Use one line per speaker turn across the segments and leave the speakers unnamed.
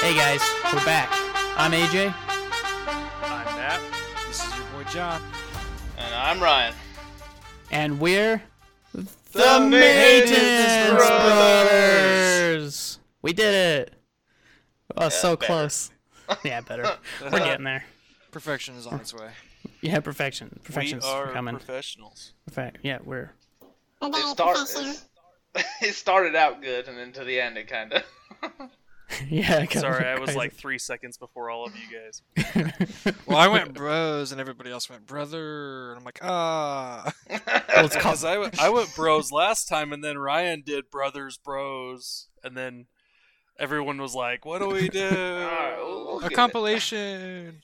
Hey guys, we're back. I'm AJ.
I'm Matt. This is your boy John.
And I'm Ryan.
and we're the,
Maintenance
Brothers. We did it. Oh, so
better.
close. Yeah, better.
Uh,
we're getting there.
Perfection is on its way.
Yeah, perfection.
We
Perfection's
are
coming.
professionals.
Perfect. Yeah, we're
It, start, it started out good, and then to the end, it kind of.
yeah. kinda
Sorry, I was
crazy.
like three seconds before all of you guys.
Well, I went bros, and everybody else went brother, and I'm like, ah.
Well, it's called-
Because I went- I went bros last time, and then Ryan did brothers bros, and then everyone was like, "What do we do?"
A compilation.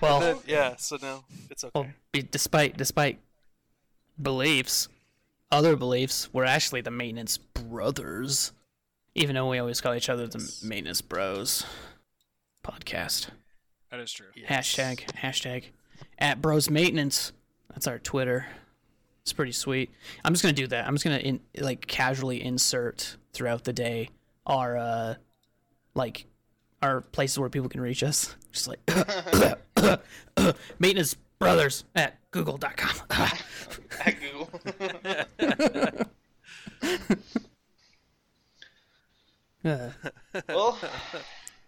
well,
Then- yeah, so now it's okay.
well, be- despite despite beliefs, other beliefs, we're actually the maintenance brothers, even though we always call each other the maintenance bros. Podcast.
That is true.
Hashtag, hashtag, at Bros Maintenance. That's our Twitter. It's pretty sweet. I'm just gonna do that. I'm just gonna in, like casually insert throughout the day our uh, like our places where people can reach us. Just like maintenance brothers at google.com.
At Google.
uh,
well,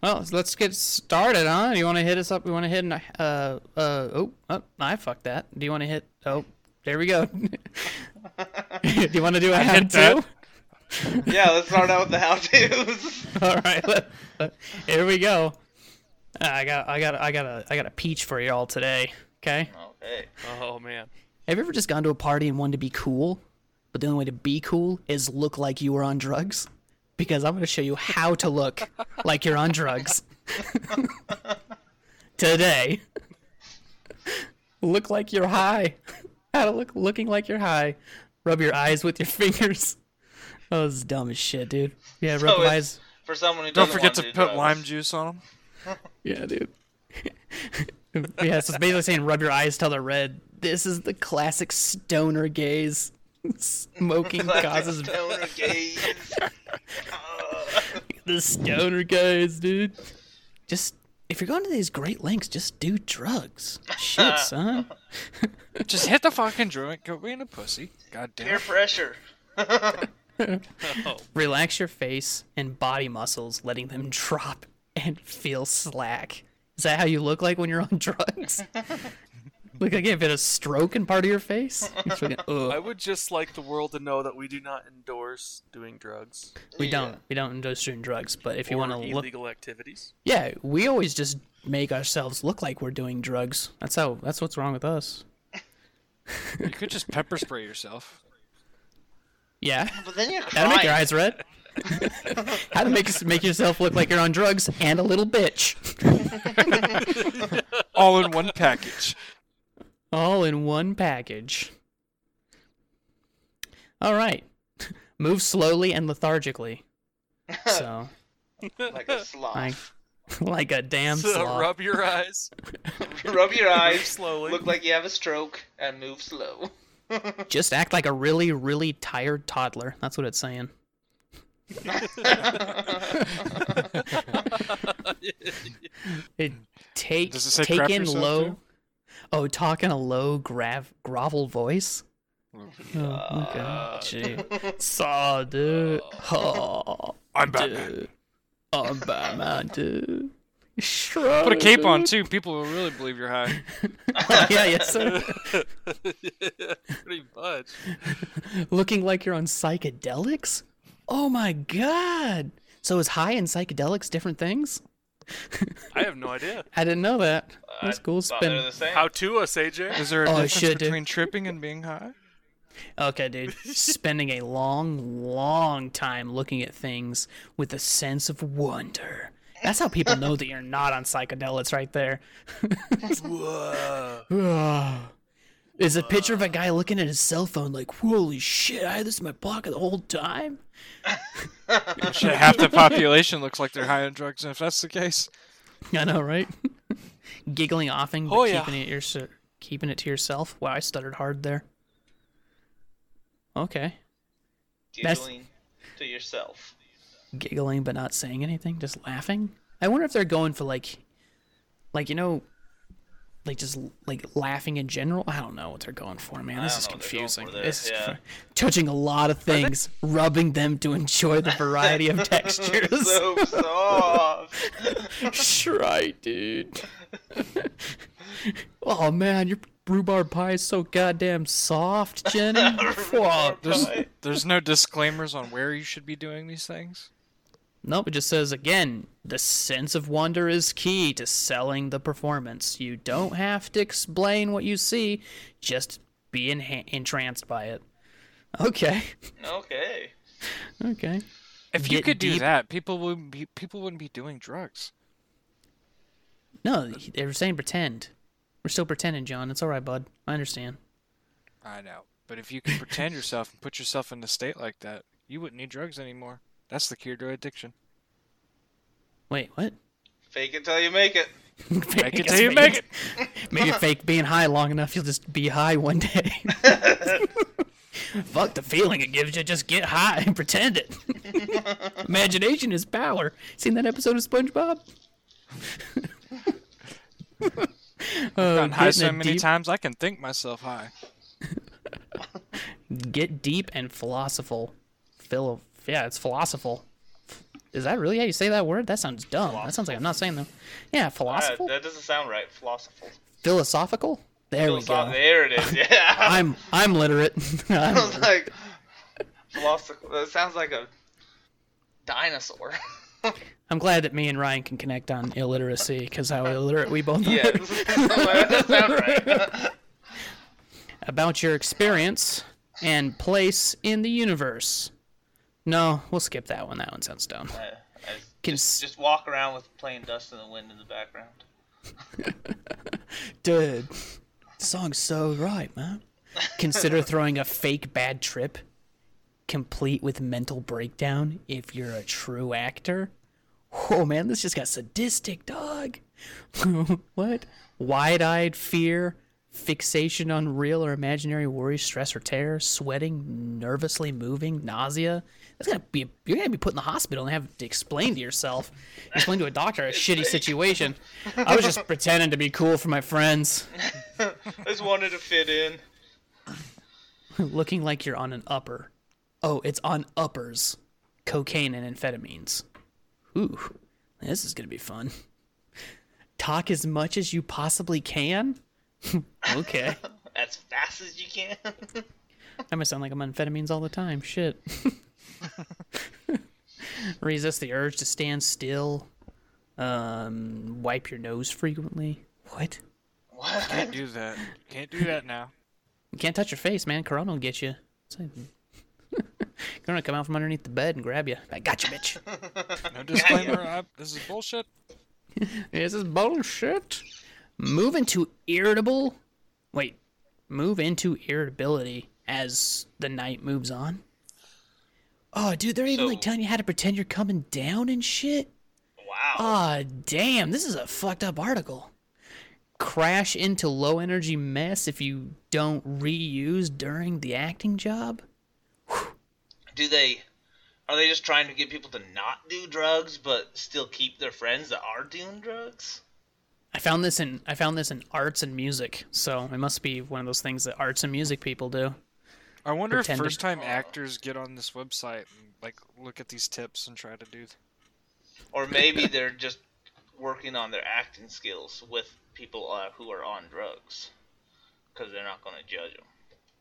well, let's get started, huh? You want to hit us up? You want to hit? an- Uh, uh, oh, oh, I fucked that. Do you want to hit? Oh, there we go. do you want to do a hand
that.
too?
yeah, let's start out with the how tos.
All right, let- let- here we go. Uh, I got, I got, I got a, I got a peach for y'all today. Okay.
okay.
Oh man,
Have you ever just gone to a party and wanted to be cool, but the only way to be cool is look like you were on drugs? Because I'm going to show you how to look like you're on drugs today. Look like you're high. How to look looking like you're high. Rub your eyes with your fingers. Oh, this is dumb as shit, dude. Yeah, rub
So
your
it's-
eyes.
For someone who
Don't
doesn't
forget
want
to
do
put
drugs.
lime juice on them.
Yeah, dude. yeah, so it's basically saying rub your eyes till they're red. This is the classic stoner gaze. Smoking causes
Stoner gaze.
the stoner gaze, dude. Just if you're going to these great lengths, just do drugs. Shit, son.
Just hit the fucking joint. Go being a pussy. God damn.
Peer pressure.
Relax your face and body muscles, letting them drop and feel slack. Is that how you look like when you're on drugs? look like you've had a stroke in part of your face. You're fucking, ugh.
I would just like the world to know that we do not endorse doing drugs
We don't. We don't endorse doing drugs, but if you
or
want to look,
illegal activities.
yeah, we always just make ourselves look like we're doing drugs. That's how. That's what's wrong with us.
You could just pepper spray yourself.
Yeah,
But then you're
that'll make your
crying.
eyes red. how to make make yourself look like you're on drugs and a little bitch,
All in one package.
all in one package. All right, move slowly and lethargically. So,
Like a sloth.
like, like a damn
So
sloth.
rub your eyes
Rub your eyes.
slowly.
Look like you have a stroke and move slow.
Just act like a really, really tired toddler. That's what it's saying. it take
Does it say
take
crap
in
yourself,
low.
too?
Oh, talk in a low grav grovel voice. Oh, okay. Gee. Saw, dude. Oh,
I'm back.
dude. I'm Batman, dude. Shrug.
Put a cape on too. People will really believe you're high.
yeah, yes, sir.
Pretty much.
looking like you're on psychedelics? Oh my god! So is high and psychedelics different things?
I have no idea.
I didn't know that. That's cool.
Thought they were
Spin.
the same.
How to us, AJ?
Is there a
Oh,
difference
shit, dude.
between tripping and being high?
Okay, dude. Spending a long, long time looking at things with a sense of wonder. That's how people know that you're not on psychedelics, right there.
Whoa.
There's a picture of a guy looking at his cell phone, like, "Holy shit! I had this in my pocket the whole time."
Shit, half the population looks like they're high on drugs, and if that's the case,
I know, right? Giggling, offing, but
Oh, yeah.
keeping it your ser- Keeping it to yourself. Wow, I stuttered hard there. Okay. That's-
Giggling to yourself.
giggling but not saying anything, just laughing. I wonder if they're going for like, like you know, like just like laughing in general. I don't know what they're going for, man.
I
This
don't
is
know what they're going for
confusing.
there,
This is
yeah.
confusing. touching a lot of things, rubbing them to enjoy the variety of textures.
so soft.
Shry, dude. oh man, your rhubarb pie is so goddamn soft, Jenny. Whoa.
There's
Right.
there's no disclaimers on where you should be doing these things.
Nope, it just says again, the sense of wonder is key to selling the performance. You don't have to explain what you see, just be enha- entranced by it. Okay,
okay.
okay.
If you
Get
could do
deep.
that, people wouldn't be people wouldn't be doing drugs.
No, they were saying pretend. We're still pretending, John. It's all right, bud. I understand.
I know. But if you could pretend yourself and put yourself in a state like that, you wouldn't need drugs anymore. That's the cure to addiction.
Wait, what?
Fake it till you make it.
Make
it till you make
Maybe fake being high long enough, you'll just be high one day. Fuck the feeling it gives you. Just get high and pretend it. Imagination is power. Seen that episode of SpongeBob? Oh,
Gotten high
getting
so
a
many
deep-
times I can think myself high.
Get deep and philosophical. Phil, yeah, it's philosophical. Is that really how you say that word? That sounds dumb. That sounds like I'm not saying that. Yeah,
Ah,
uh,
philosophical,
that doesn't sound right. Philosophical.
philosophical. There we
Philosoph-
go.
There it is. Yeah.
I'm I'm literate. I'm
I was like, philosophical. That sounds like a dinosaur.
I'm glad that me and Ryan can connect on illiteracy because how illiterate we both
yeah.
are.
that sounds right.
About your experience and place in the universe. No, we'll skip that one. That one sounds dumb.
I, I
Can
just,
s-
just walk around with plain dust in the wind in the background.
Dude, song's so right, man. Consider throwing a fake bad trip, complete with mental breakdown, if you're a true actor. Oh man, this just got sadistic, dog. what? Wide eyed fear, fixation on real or imaginary worry, stress, or terror, sweating, nervously moving, nausea. That's gonna be you're gonna be put in the hospital and have to explain to yourself, explain to a doctor a shitty situation. I was just pretending to be cool for my friends,
I just wanted to fit in.
looking like you're on an upper. Oh, it's on uppers, cocaine and amphetamines. Ooh, this is gonna be fun. Talk as much as you possibly can. okay,
As fast as you can.
I must sound like I'm on amphetamines all the time. Shit. Resist the urge to stand still. Um, wipe your nose frequently. What?
what?
Can't do that. Can't do that now.
You can't touch your face, man. Corona will get you. It's like- Corona come out from underneath the bed and grab you. I got you, bitch.
No disclaimer. I, this is bullshit.
this is bullshit. Move into irritable. Wait, move into irritability as the night moves on. Oh, dude, they're even like
So-
telling you how to pretend you're coming down and shit.
Wow.
Ah, damn, this is a fucked up article. Crash into low energy mess if you don't reuse during the acting job.
do they are they just trying to get people to not do drugs but still keep their friends that are doing drugs
I found this in I found this in arts and music, so it must be one of those things that arts and music people do.
I wonder
Pretending.
if first time actors get on this website and like look at these tips and try to do.
or maybe they're just working on their acting skills with people uh, who are on drugs because they're not going to judge them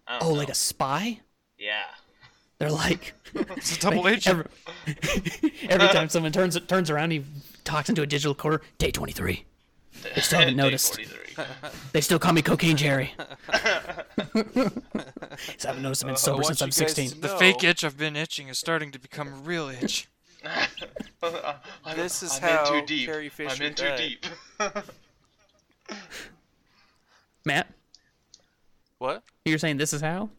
I don't
Oh,
know.
like a spy?
yeah
They're like
It's a double agent.
every, every time someone turns turns around, he talks into a digital quarter. Day twenty three. They still haven't
Day
noticed.
43.
They still call me Cocaine Jerry. so Uh, I haven't noticed I've been sober
want
since
you
I'm
guys
sixteen.
to
The
No.
fake itch I've been itching is starting to become a real itch.
I'm,
This is
I'm
how
in too deep
Carrie Fisher
i'm in too
died.
deep
Matt,
What?
you're saying this is how?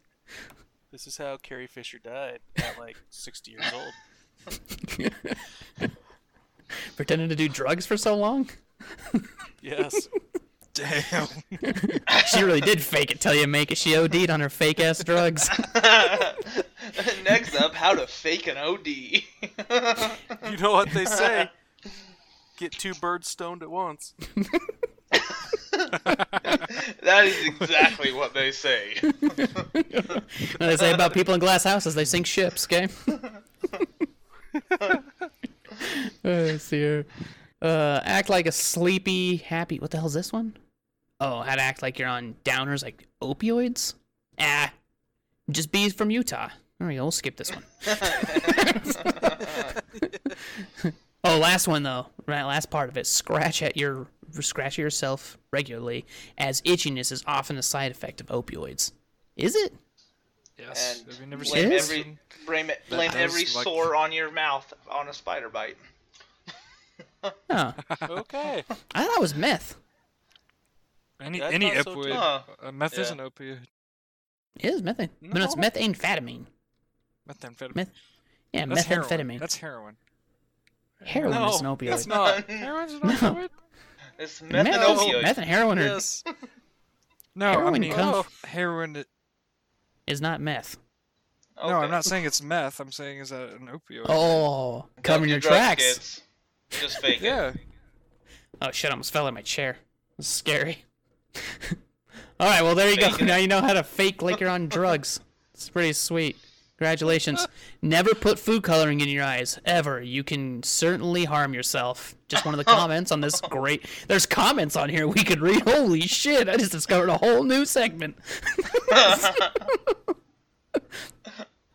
This is how Carrie Fisher died at like 60 years old.
Pretending to do drugs for so long?
Yes.
Damn.
she really did fake it till you make it. She OD'd on her fake ass drugs.
Next up, how to fake an OD.
You know what they say? Get two birds stoned at once.
that is exactly what they say.
What they say about people in glass houses, they sink ships, okay? oh, dear. Uh, act like a sleepy, happy. What the hell's this one? Oh, how to act like you're on downers like opioids? Ah, just be from Utah. There we go. We'll skip this one. oh, last one though. Right, last part of it. Scratch at your scratch yourself regularly, as itchiness is often a side effect of opioids. Is it?
Yes.
And
Have you never
blame
seen
Yes?
every blame, it-
That
blame
does
every
look-
sore on your mouth on a spider bite.
Huh.
Okay.
I thought it was meth.
Any
I
any
thought so, too.
opioid?
Huh.
uh, meth is
Yeah.
an opioid.
It is methane. No, no it's
No.
methamphetamine.
Methamphetamine.
Meth. Yeah,
That's heroin.
methamphetamine.
That's heroin.
heroin
no,
is an opioid.
it's not.
Heroin's an
No.
opioid?
It's
Meth,
methanopioid.
meth and heroin are,
yes.
No, I
Heroin
mean oh,
comes-
heroin.
is not meth.
No,
Okay.
I'm not saying it's meth. I'm saying is that an opioid?
Oh,
Don't
covering
do
your
drugs,
tracks.
kids. Just fake it.
Yeah.
Oh shit! I almost fell in my chair. This is scary. All right, well there you go.
Faking it.
Now you know how to fake like you're on drugs. It's pretty sweet. Congratulations. Never put food coloring in your eyes ever. You can certainly harm yourself. Just one of the comments on this great. There's comments on here we could read. Holy shit! I just discovered a whole new segment.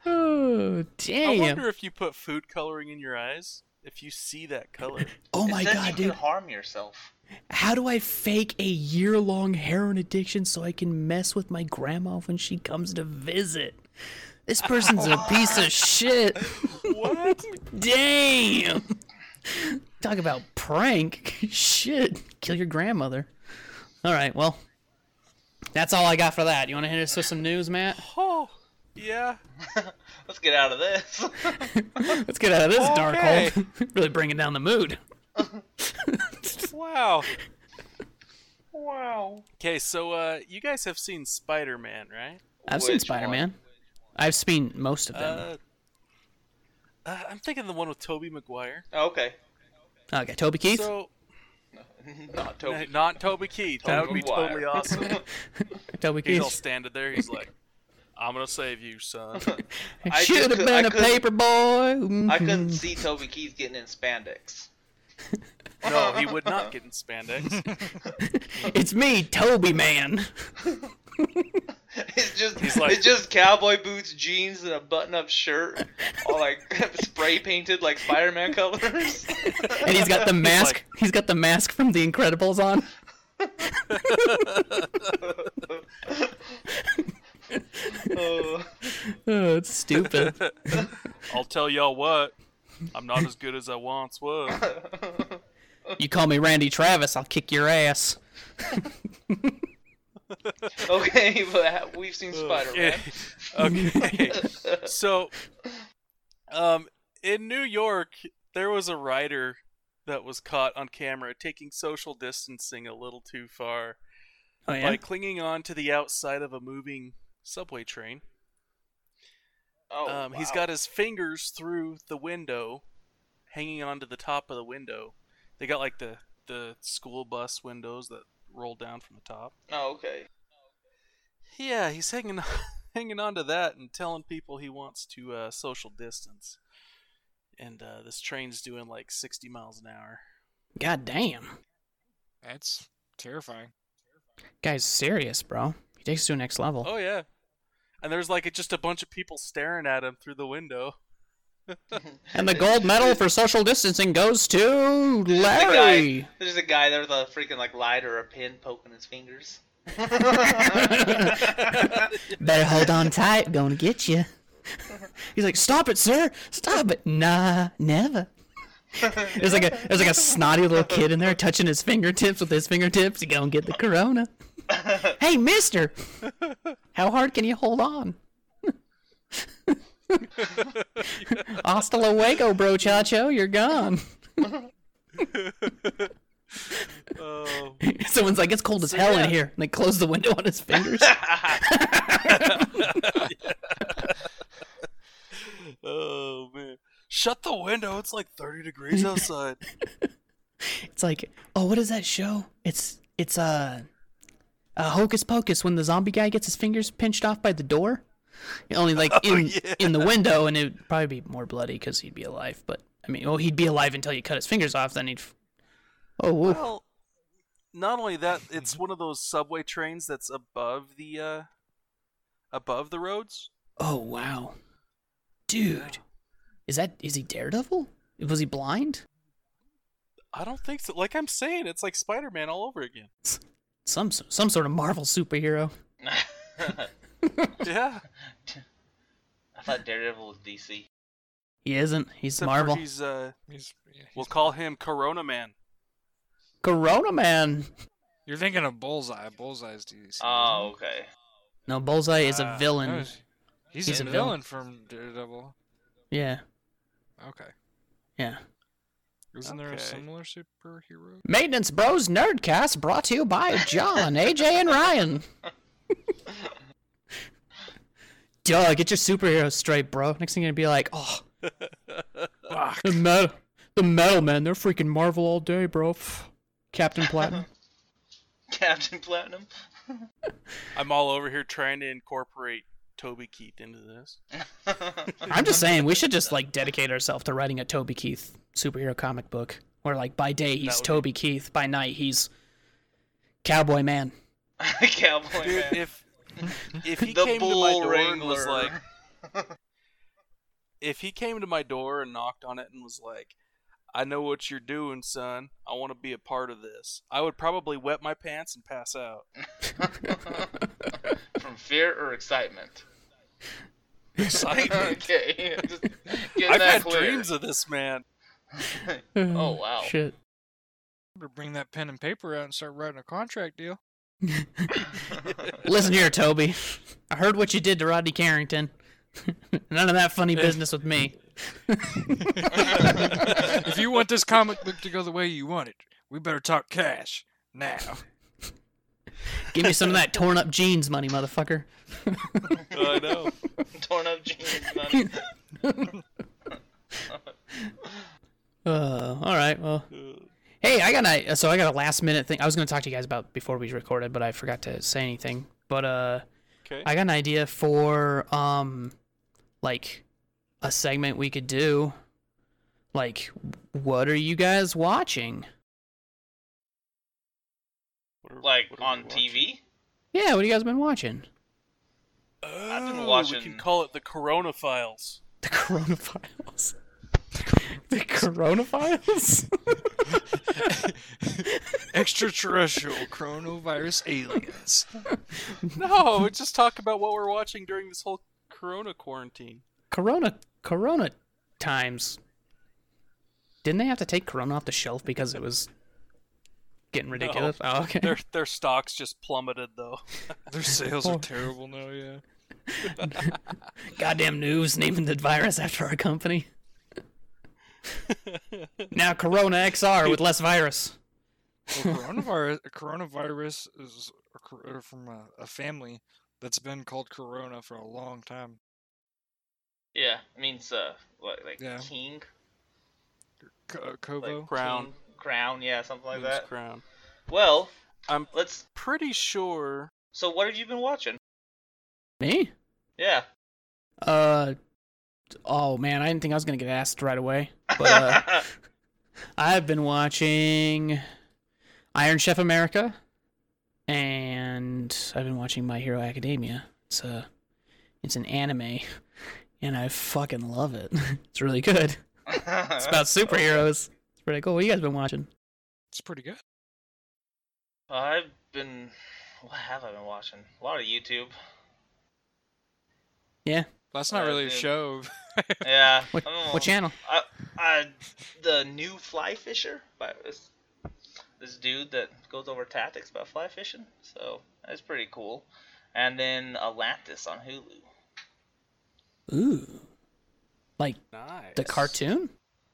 oh
I
damn!
wonder if you put food coloring in your eyes. If you see that color,
oh
It
my
says
god,
you
dude.
can harm yourself.
How do I fake a year long heroin addiction so I can mess with my grandma when she comes to visit? This person's a piece of shit.
what?
Damn. Talk about prank. shit. Kill your grandmother. All right, well, that's all I got for that. You want to hit us with some news, Matt?
Oh, yeah.
Let's get out of this.
Let's get out of this dark
Okay.
hole. really bringing down the mood.
Wow.
wow.
Okay, so uh, you guys have seen Spider Man, right?
I've seen
Which
Spider
one?
Man. I've seen most of them.
Uh, uh, I'm thinking the one with Toby Maguire.
Okay.
okay, Toby Keith?
So
Not
uh,
Toby.
not Toby Keith. That would be
Maguire.
totally awesome.
Toby
He's
Keith.
all standing there. He's like, "I'm gonna save you, son."
I just
Should have
cou-
been
I
a
couldn't-
paper boy. Mm-hmm.
I couldn't see Toby Keith getting in spandex.
No, he would not get in spandex.
It's me, Toby Man.
It's just
He's like-
it's just cowboy boots, jeans, and a button-up shirt, all like spray painted like Spider-Man colors.
And he's got the mask.
like-
he's got the mask from The Incredibles on.
oh,
Oh, it's stupid.
I'll tell y'all what. I'm not as good as I once was.
you call me Randy Travis, I'll kick your ass.
okay, but ha- we've seen
Oh,
Spider-Man.
okay. So, um, in New York, there was a writer that was caught on camera taking social distancing a little too far
Oh yeah.
by clinging on to the outside of a moving subway train.
Oh,
um, He's
wow.
got his fingers through the window, hanging onto the top of the window. They got like the the school bus windows that roll down from the top.
Oh, okay.
Yeah, he's hanging hanging on to that and telling people he wants to uh, social distance. And uh, this train's doing like 60 miles an hour.
God damn.
That's terrifying.
Guy's serious, bro. He takes it to a next level.
Oh yeah. And there's like just a bunch of people staring at him through the window.
And the gold medal for social distancing goes to
There's a
Larry.
guy. There's a guy there with a freaking like lighter or a pin poking his fingers.
Better hold on tight. Gonna get you. He's like, stop it, sir. Stop it. Nah, never. There's like a there's like a snotty little kid in there touching his fingertips with his fingertips. He gonna get the corona. hey, Mister, how hard can you hold on? Hasta luego, bro, chacho. You're gone.
Oh,
Someone's like, it's cold as
So,
hell
yeah.
in here. And they close the window on his fingers.
oh man! Shut the window. It's like thirty degrees outside.
it's like, oh, what is that show? It's it's uh, uh, Hocus Pocus when the zombie guy gets his fingers pinched off by the door. Only like in
Oh, yeah.
in the window, and it'd probably be more bloody because he'd be alive. But I mean, well, he'd be alive until you cut his fingers off. Then he'd. f- Oh, whoa.
Well, not only that, it's one of those subway trains that's above the uh, above the roads.
oh wow, dude, is that is he Daredevil? Was he blind?
I don't think so. Like I'm saying, it's like Spider-Man all over again.
Some some sort of Marvel superhero.
Yeah,
I thought Daredevil was DC.
He isn't. He's
except for
Marvel.
He's uh,
He's, yeah, he's-
we'll call him Corona Man.
Corona Man.
You're thinking of Bullseye. Bullseye's DC.
uh,
Oh, okay.
No, Bullseye is a
Ah,
villain.
No, he's- he's,
He's
a,
a villain.
villain. from Daredevil.
Yeah,
Okay.
yeah.
Isn't there a
Okay.
similar superhero?
Maintenance Bros Nerdcast brought to you by John, AJ, and Ryan. Duh, get your superheroes straight, bro. Next thing you're gonna be like, oh,
Fuck.
the metal, the metal men, they're freaking Marvel all day, bro. Pff, Captain Platinum.
Captain Platinum.
I'm all over here trying to incorporate Toby Keith into this.
I'm just saying, we should just like dedicate ourselves to writing a Toby Keith superhero comic book, where like by day he's
would be-
Toby Keith, by night he's Cowboy Man.
Cowboy
Dude,
man.
if if he
the
came to
bull
my door
wrangler.
and was like, if he came to my door and knocked on it and was like, "I know what you're doing, son. I want to be a part of this," I would probably wet my pants and pass out.
from fear or excitement.
Excitement.
okay. Just get
I've
that
had
clear.
dreams of this man.
Oh, wow.
Shit.
Better Bring that pen and paper out and start writing a contract deal.
Listen here, Toby. I heard what you did to Rodney Carrington. None of that funny business with me.
if you want this comic book to go the way you want it, we better talk cash now.
Give me some of that torn up jeans money, motherfucker.
I know.
Torn up jeans. man.
Uh, all right. Well, hey, I got a so I got a last minute thing. I was going to talk to you guys about before we recorded, but I forgot to say anything. But uh,
Okay.
I got an idea for um, like a segment we could do. Like, what are you guys watching?
What are-
like
what are
on
we watching?
TV.
Yeah, what have you guys been watching?
Oh,
I've been
We
watching-
can call it the Corona Files.
The coronavirus. the coronavirus?
Extraterrestrial coronavirus aliens.
No, we just talk about what we're watching during this whole Corona quarantine.
corona corona times. Didn't they have to take corona off the shelf because it was getting ridiculous? Oh, okay.
Their their stocks just plummeted though.
Their sales are terrible now, yeah.
Goddamn news naming the virus after our company. now Corona XR with less virus.
Well, coronavirus, coronavirus is a cor- uh, from a, a family that's been called Corona for a long time.
Yeah, it means uh, what, like
Yeah.
king,
Co- uh,
like
Kobo.
Crown.
king, crown, yeah, something like
Moon's
that.
Crown.
Well,
I'm
let's.
pretty sure.
So, what have you been watching?
Me?
Yeah.
Uh oh man, I didn't think I was gonna get asked right away. But uh, I've been watching Iron Chef America, and I've been watching My Hero Academia. It's a, it's an anime, and I fucking love it. It's really good. It's about superheroes. It's pretty cool. What you guys been watching?
It's pretty good.
I've been. What have I been watching? A lot of YouTube.
Yeah.
That's not
Uh,
really a
dude.
show.
Yeah.
What,
Oh.
I'm
what
a-
channel?
I, I, the new fly fisher, but this, this dude that goes over tactics about fly fishing. So that's pretty cool. And then Atlantis on Hulu.
Ooh, like
Nice.
the cartoon?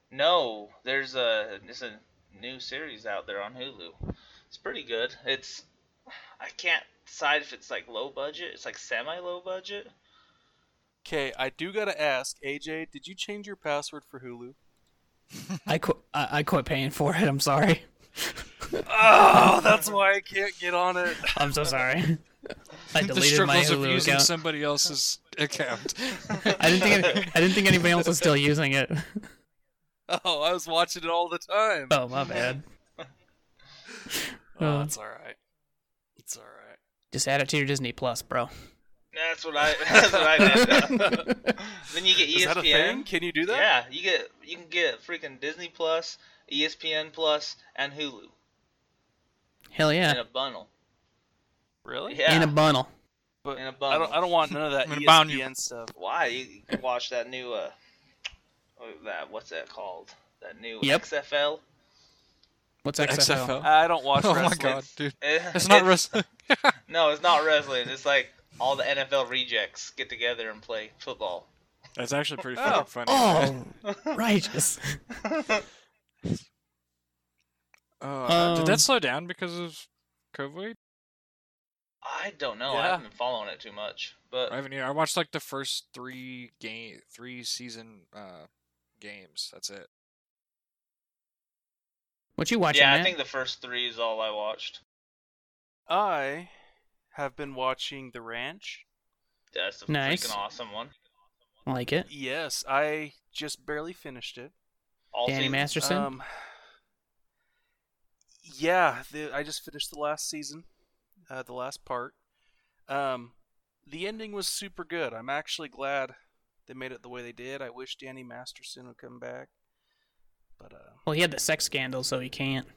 No, there's a it's a new series out there on Hulu. It's pretty good. It's I can't decide if it's like low budget. It's like semi low budget.
Okay, I do gotta ask, AJ, did you change your password for Hulu?
I qu- I, I quit paying for it. I'm sorry.
Oh, that's why I can't get on it.
I'm so sorry. I
the
deleted my
struggles of
Hulu
using
account.
somebody else's account.
I didn't think any- I didn't think anybody else was still using it.
Oh, I was watching it all the time.
Uh.
Oh my bad.
Oh,
Uh.
it's all right. It's all right.
Just add it to your Disney Plus, bro.
That's what I. That's what I did. then you get E ESPN.
Is that a thing? Can you do that?
Yeah, you get you can get freaking Disney Plus, E ESPN Plus, and Hulu
Hell
in
yeah.
a bundle.
Really?
Yeah.
In a bundle.
But
In a
I don't. I don't want none of that E
I'm gonna bound
ESPN stuff.
Why you can watch that new uh oh, that what's that called? That new
Yep.
XFL.
What's XFL?
XFL.
I don't watch
Oh my
wrestling.
god, dude.
Eh,
It's not wrestling.
No, it's not wrestling. It's like all the NFL rejects get together and play football.
That's actually pretty
Oh.
fucking funny.
Oh, righteous.
Uh, did
Um,
that slow down because of COVID?
I don't know. I
Yeah.
haven't been following it too much, but
I haven't. Either. I watched like the first three game, three season uh, games. That's it.
What you watching,
yeah,
man?
I think the first three is all I watched.
I have been watching The Ranch.
That's a
Nice.
freaking awesome one.
I like it.
Yes, I just barely finished it.
All
Danny
seasons.
Masterson.
Um, yeah, the, I just finished the last season, uh, the last part. Um, the ending was super good. I'm actually glad they made it the way they did. I wish Danny Masterson would come back, but uh,
well, he had the sex scandal, so he can't.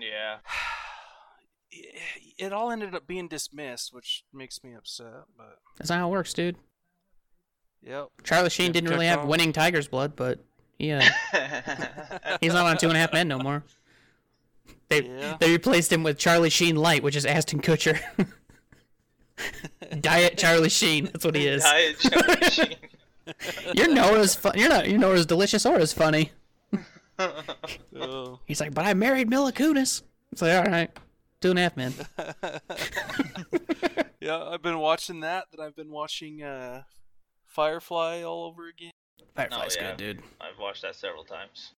Yeah.
it, it all ended up being dismissed, which makes me upset. But
That's not how it works, dude.
yep,
Charlie Sheen
Get
didn't really
kicked
have
off.
winning Tiger's blood, but yeah, he's not on Two and a Half Men no more. They
Yeah.
they replaced him with Charlie Sheen Light, which is Ashton Kutcher. Diet Charlie Sheen. That's what he is.
Diet Charlie Sheen.
You're known as fun. You're not. You're known as delicious or as funny.
oh.
He's like, but I married Mila Kunis. It's like, all right, Two and a Half Men.
yeah, I've been watching that. Then I've been watching uh, Firefly all over again.
Firefly's
yeah.
good, dude.
I've watched that several times.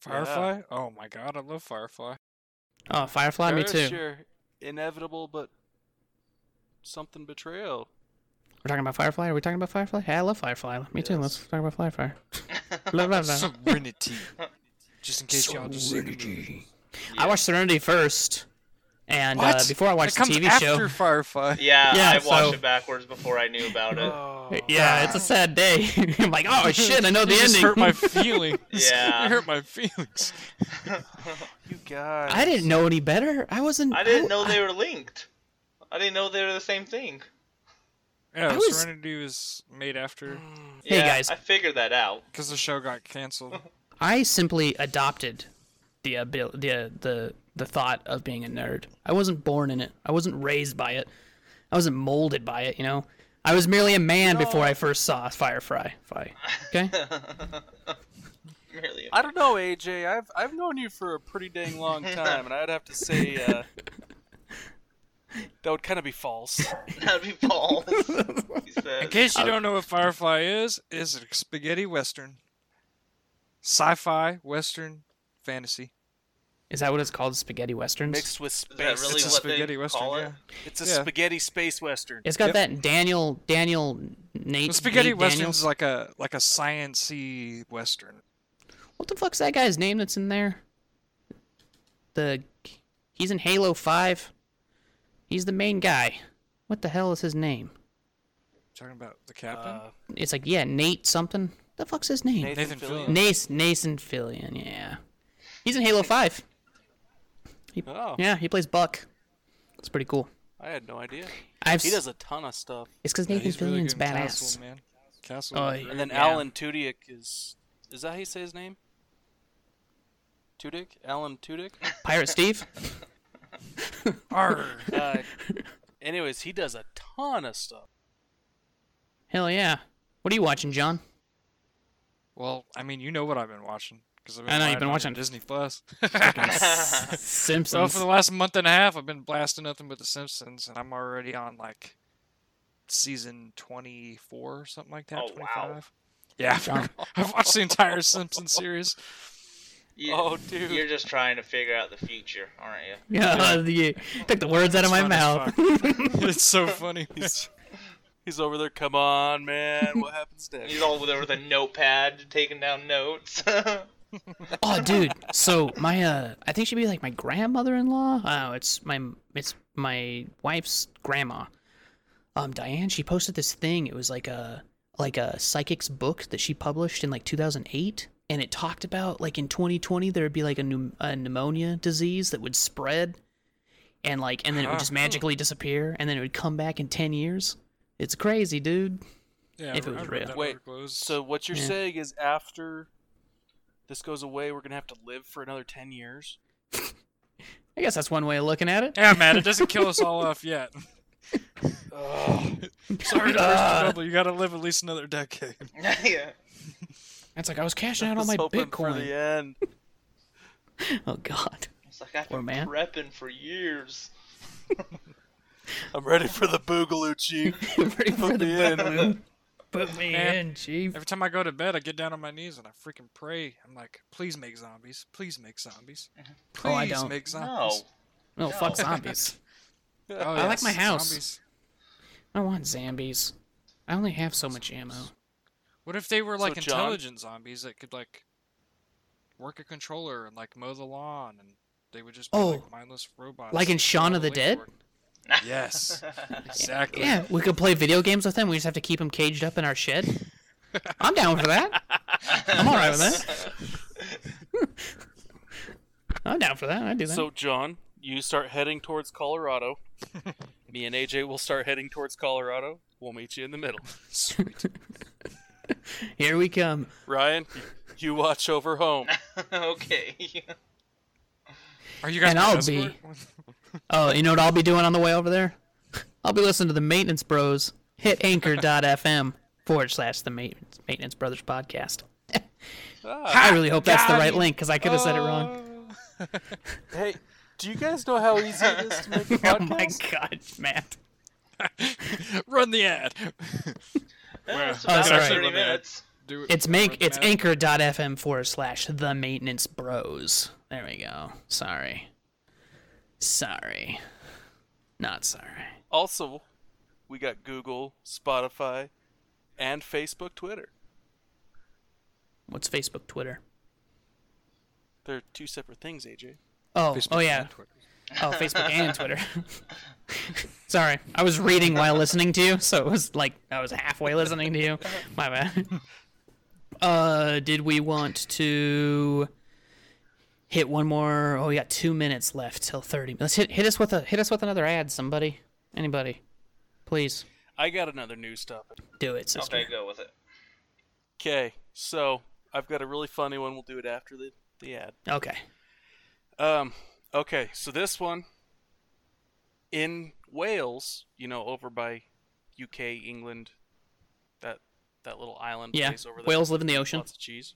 Firefly. Oh my god, I love Firefly.
Oh, Firefly, me too.
Perish your Inevitable, but something betrayal.
We're talking about Firefly. Are we talking about Firefly? Hey, I love Firefly. Me too.
Yes.
Let's talk about Firefly. Blah, blah, blah.
Serenity. Just in case y'all just seen the movie.
I watched Serenity first, and uh,
What?
before I watched
That
the
comes
TV
after
show.
Firefly.
Yeah,
Yeah,
I watched
so-
it backwards before I knew about it.
Oh,
Yeah, it's a sad day. I'm like, oh shit, I know the
You just
ending.
hurt my feelings.
Yeah.
you hurt my feelings.
you guys.
I didn't know any better. I wasn't.
I didn't know they were linked. I didn't know they were the same thing.
Yeah,
I was-
Serenity was made after
Hey,
Yeah,
guys.
I figured that out.
because the show got canceled.
I simply adopted the abil- the the the thought of being a nerd. I wasn't born in it. I wasn't raised by it. I wasn't molded by it. You know, I was merely a man before I first saw Firefly. Fi- Okay,
Really.
I don't know, AJ. I've I've known you for a pretty dang long time, and I'd have to say uh, that would kind of be false.
That'd be balls. he said.
In case you don't know what Firefly is, it's a spaghetti western, sci-fi western fantasy.
is that what it's called? Spaghetti westerns.
Mixed with
Is
space.
that really
It's a
what they
spaghetti western,
call
yeah.
it?
It's a
Yeah.
spaghetti space western.
It's got
Yep.
that Daniel Daniel Nate.
The spaghetti
Nate
western
Daniels.
is like a like a sciency western.
What the fuck's that guy's name that's in there? The he's in Halo Five. He's the main guy. What the hell is his name?
Talking about the captain.
Uh,
It's like yeah, Nate something. The fuck's his name?
Nathan,
Nathan
Fillion.
Fillion.
Nace Nathan Fillion. Yeah, he's in Halo Five.
Oh,
Yeah, he plays Buck. It's pretty cool.
I had no idea.
I've
He
s-
does a ton of stuff.
It's because
Yeah,
Nathan
he's really
Fillion's
good in
badass.
Castle, man. Castle.
Oh,
was
yeah.
great.
And then
Yeah.
Alan Tudyk is is that how you say his name? Tudyk? Alan Tudyk?
Pirate Steve.
Arr.
Uh, anyways, he does a ton of stuff.
Hell yeah. What are you watching, John?
Well, I mean, you know what I've been watching because
I
I've
know, you've
riding
been
on your
watching-
Disney Plus. so
Simpsons.
for the last month and a half, I've been blasting nothing but The Simpsons, and I'm already on like season 24 or something like that.
Oh,
25.
wow.
Yeah,
John.
I've watched the entire Simpsons series.
You,
Oh, dude.
You're just trying to figure out the future, aren't you?
yeah, you took the words out of my
It's
mouth.
fun as fuck. it's so funny.
He's, he's over there. Come on, man. What happens next?
He's all there with a notepad taking down notes.
oh, dude. So my, uh, I think she'd be like my grandmother-in-law. Oh, it's my, it's my wife's grandma. Um, Diane. She posted this thing. It was like a, like a psychic's book that she published in like 2008, and it talked about like in 2020 there would be like a, pneum- a pneumonia disease that would spread, and like, and then it would just
Huh.
magically disappear, and then it would come back in 10 years. It's crazy, dude.
Yeah,
If it
I
was
read
real.
that
Wait,
article. It was-
So what you're
Yeah.
saying is after this goes away, we're gonna have to live for another ten years.
I guess that's one way of looking at it.
yeah, man, it doesn't kill us all off yet. Sorry, to burst
Ah.
your bubble. You got to live at least another decade.
yeah.
It's like I was cashing out on
Just
my
hoping for
Bitcoin.
the end.
Oh God.
It's like I've
Poor
been
man.
prepping for years.
I'm ready for the boogaloo, chief.
Ready for
Put
the Oh,
me in.
balloon. Put me
Man.
in, chief.
Every time I go to bed, I get down on my knees and I freaking pray. I'm like, please make zombies. Please make zombies. Please
Oh, I don't.
make zombies.
No.
No, fuck zombies.
Oh,
I like
yes,
my house.
zombies.
I want zombies. I only have so much ammo.
What if they were like
John-
intelligent zombies that could like work a controller and like mow the lawn and they would just be
Oh.
like mindless robots?
Like in
that
Shaun
do
of
all
the
labor
Dead?
work? yes. Exactly.
Yeah, we could play video games with them. We just have to keep them caged up in our shed. I'm down for that. I'm all right with that. I'm down for that. I do that.
So John, you start heading towards Colorado. Me and AJ will start heading towards Colorado. We'll meet you in the middle.
Sweet.
Here we come.
Ryan, you watch over home.
okay.
Are you guys?
And
my
I'll
escort?
Oh, you know what I'll be doing on the way over there? I'll be listening to the Maintenance Bros. Hit anchor.fm forward slash the Ma- Maintenance Brothers podcast. I really hope that's the right link because I could have said it wrong.
Hey, do you guys know how easy it is to make a
Oh my god, Matt.
Run the ad.
Yeah, it's
Oh,
about
sorry.
30 minutes.
Do it.
It's make
the
it's
ad.
anchor.fm forward slash the maintenance bros. There we go. Sorry. Sorry. Not sorry.
Also, we got Google, Spotify, and Facebook, Twitter.
What's Facebook, Twitter?
They're two separate things, AJ.
Oh,
Facebook
oh yeah.
and Twitter.
Oh, Facebook and Twitter. sorry. I was reading while listening to you, so it was like I was halfway listening to you. My bad. Uh, did we want to hit one more? Oh, we got two minutes left till thirty. Let's hit hit us with a hit us with another ad. Somebody, anybody, please
I got another news topic.
do it, sister.
Okay, go with it.
Okay, so I've got a really funny one. We'll do it after the, the ad.
Okay.
Um, okay, so this one in Wales, you know, over by UK, England, that that little island
Yeah.
place over there.
Whales live in the ocean.
Lots of cheese.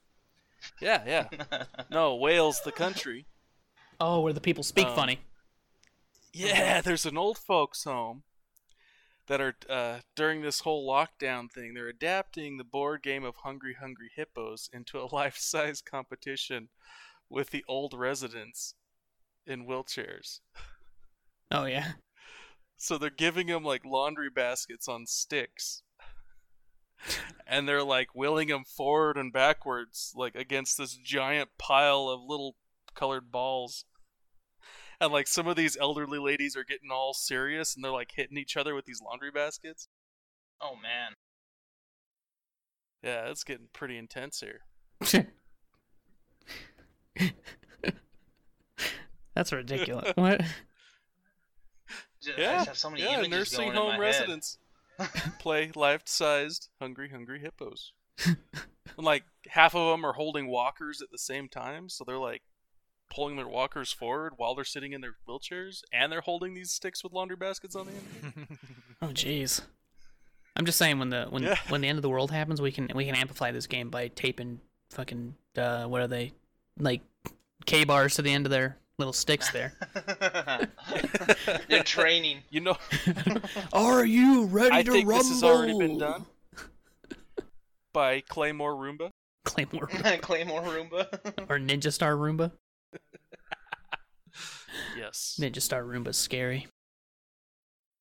Yeah, yeah. no, Wales, the country.
Oh, where the people speak
Um,
funny.
Yeah, there's an old folks home that are uh, during this whole lockdown thing. They're adapting the board game of Hungry Hungry Hippos into a life-size competition with the old residents in wheelchairs.
Oh yeah.
So they're giving them like laundry baskets on sticks. And they're like wheeling them forward and backwards, like against this giant pile of little colored balls. And like some of these elderly ladies are getting all serious and they're like hitting each other with these laundry baskets.
Oh, man.
Yeah, it's getting pretty intense here.
That's ridiculous. what?
Just, I
Yeah,
just have so many
yeah
images
nursing
going in
home
my
residents play life-sized hungry hungry hippos. and like half of them are holding walkers at the same time, so they're like pulling their walkers forward while they're sitting in their wheelchairs, and they're holding these sticks with laundry baskets on the end. of it.
Oh jeez. I'm just saying when the when
Yeah.
when the end of the world happens, we can we can amplify this game by taping fucking uh, what are they like K bars to the end of their little sticks there.
They're training.
You know,
Are you ready
I
to
think
rumble?
this has already been done by Claymore Roomba.
Claymore
Claymore Roomba.
or Ninja Star Roomba.
Yes.
Ninja Star Roomba's scary.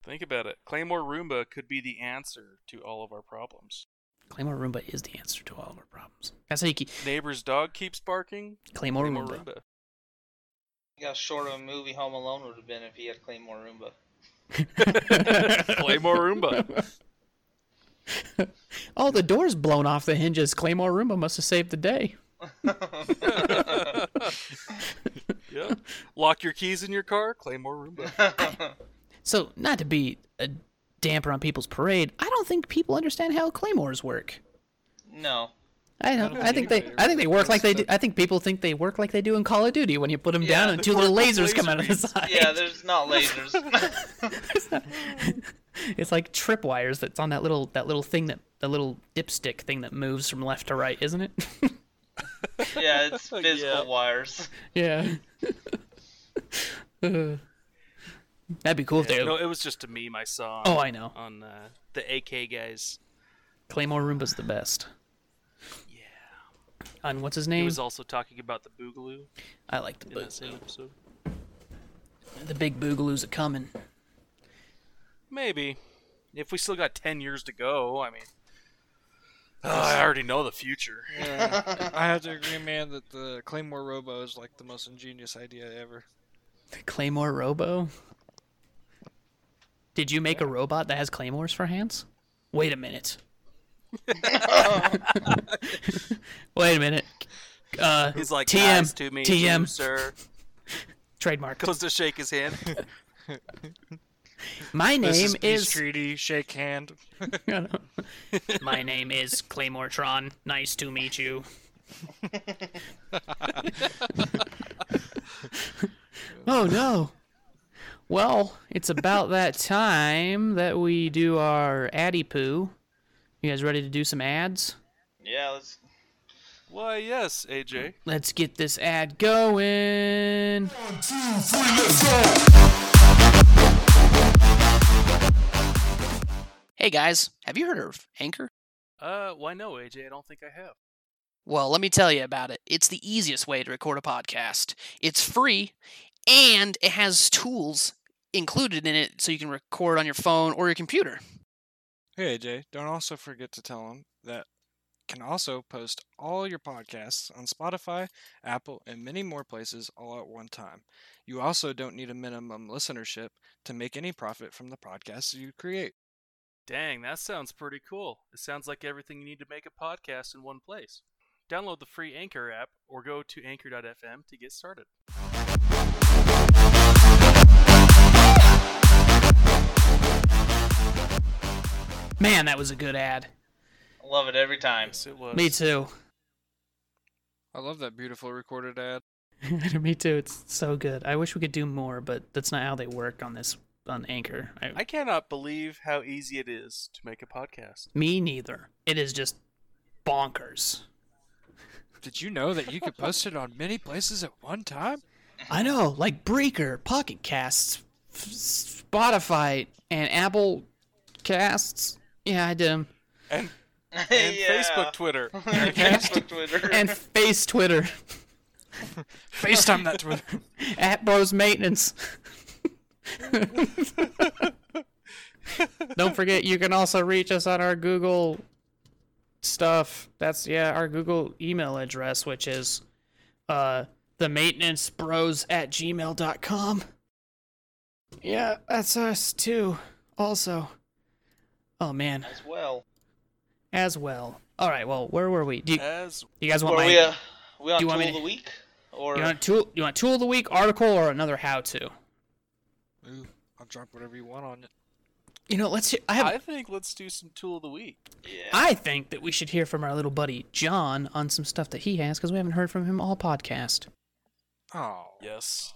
Think about it. Claymore Roomba could be the answer to all of our problems.
Claymore Roomba is the answer to all of our problems. That's how you keep
Neighbor's dog keeps barking.
Claymore,
Claymore
Roomba.
Roomba.
Look how short of a movie Home Alone would have been if he had Claymore Roomba.
Claymore Roomba.
Oh, the door's blown off the hinges. Claymore Roomba must have saved the day.
Yeah. Lock your keys in your car. Claymore Roomba.
So, not to be a damper on people's parade, I don't think people understand how claymores work.
no.
I don't.
don't
I, think
think
they.
they
I think they work like they. Do,
understand.
I think people think they work like they do in Call of Duty when you put them
Yeah,
down and
they
two little
work with
lasers come out
laser
of the
beams.
side.
Yeah, there's not lasers.
it's like tripwires that's on that little that little thing that the little dipstick thing that moves from left to right, isn't it?
yeah, it's physical
Yeah.
wires.
yeah. Uh, that'd be cool if they.
No, it was just a meme I saw. On,
oh, I know.
On uh, the AK guys.
Claymore Roomba's the best.
Yeah.
And what's his
He
name?
was also talking about the Boogaloo
I like the
in that same
boogaloo.
episode.
The big boogaloo's a coming.
Maybe. If we still got 10 years to go, I mean. Oh, I already know the future.
Yeah. I have to agree, man, that the Claymore Robo is like the most ingenious idea ever.
Claymore Robo. Did you make a robot that has claymores for hands? Wait a minute. Wait a minute. Uh,
He's like,
TM,
"Nice to meet
TM,
you, sir.
trademark.
Goes to shake his hand.
My
This
name
is, peace
is.
treaty, shake hand.
My name is Claymoretron. Nice to meet you. oh no. Well, it's about that time that we do our addy poo. You guys ready to do some ads?
Yeah, let's.
Why, yes, AJ.
Let's get this ad going. Hey guys, have you heard of Anchor?
Uh, why no, AJ? I don't think I have.
Well, let me tell you about it. It's the easiest way to record a podcast. It's free and it has tools included in it so you can record on your phone or your computer.
Hey AJ, don't also forget to tell them that can also post all your podcasts on Spotify, Apple, and many more places all at one time. You also don't need a minimum listenership to make any profit from the podcasts you create.
Dang, that sounds pretty cool. It sounds like everything you need to make a podcast in one place. Download the free Anchor app or go to anchor.fm to get started.
Man, that was a good ad.
I love it every time.
Yes, it was.
Me too.
I love that beautiful recorded ad.
Me too. It's so good. I wish we could do more, but that's not how they work on this on Anchor. I,
I cannot believe how easy it is to make a podcast.
me neither. It is just bonkers.
Did you know that you could post it on many places at one time?
I know, like Breaker, Pocket Casts, F- Spotify, and Apple Casts. Yeah, I did 'em.
And, and
yeah.
Facebook, Twitter.
Facebook, Twitter.
And face Twitter
FaceTime that Twitter.
at Bros Maintenance. Don't forget, you can also reach us on our Google stuff. That's yeah, our Google email address, which is uh the maintenance bros at gmail.com. Yeah, that's us too. Also, oh man,
As well.
as well. All right, well, where were we? Do you,
As
you guys want Oh
Are
my?
we, uh, we on
Do you
Tool
want me
of
to-
the Week? Or
you want tool? You want tool of the week article or another how to?
Ooh, I'll drop whatever you want on it.
You know, let's. Hear, I have.
I
I,
think let's do some tool of the week.
yeah.
think that we should hear from our little buddy John on some stuff that he has because we haven't heard from him all podcast.
Oh.
Yes.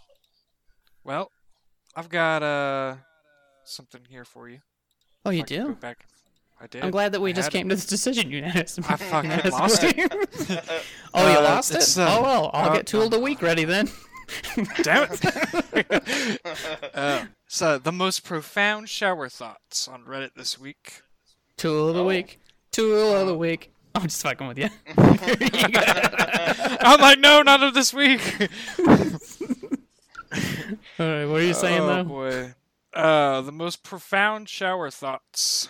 Well, I've got uh something here for you.
Oh, you
I can Go
do?
back. I did.
I'm glad that we
I
just
had
came to this decision unanimously.
I fucking lost
it. oh, you
Uh,
lost it?
it's, uh,
oh, well, I'll
uh,
get Tool of the Week ready then.
it. Damn it. Uh, so the most profound shower thoughts on Reddit this week.
Tool of the
Oh.
Week. Tool of
Uh.
the Week. I'm just fucking with you. You got it.
I'm like, no, none of this week.
All right, what are you saying,
oh
though?
boy. Uh, the most profound shower thoughts.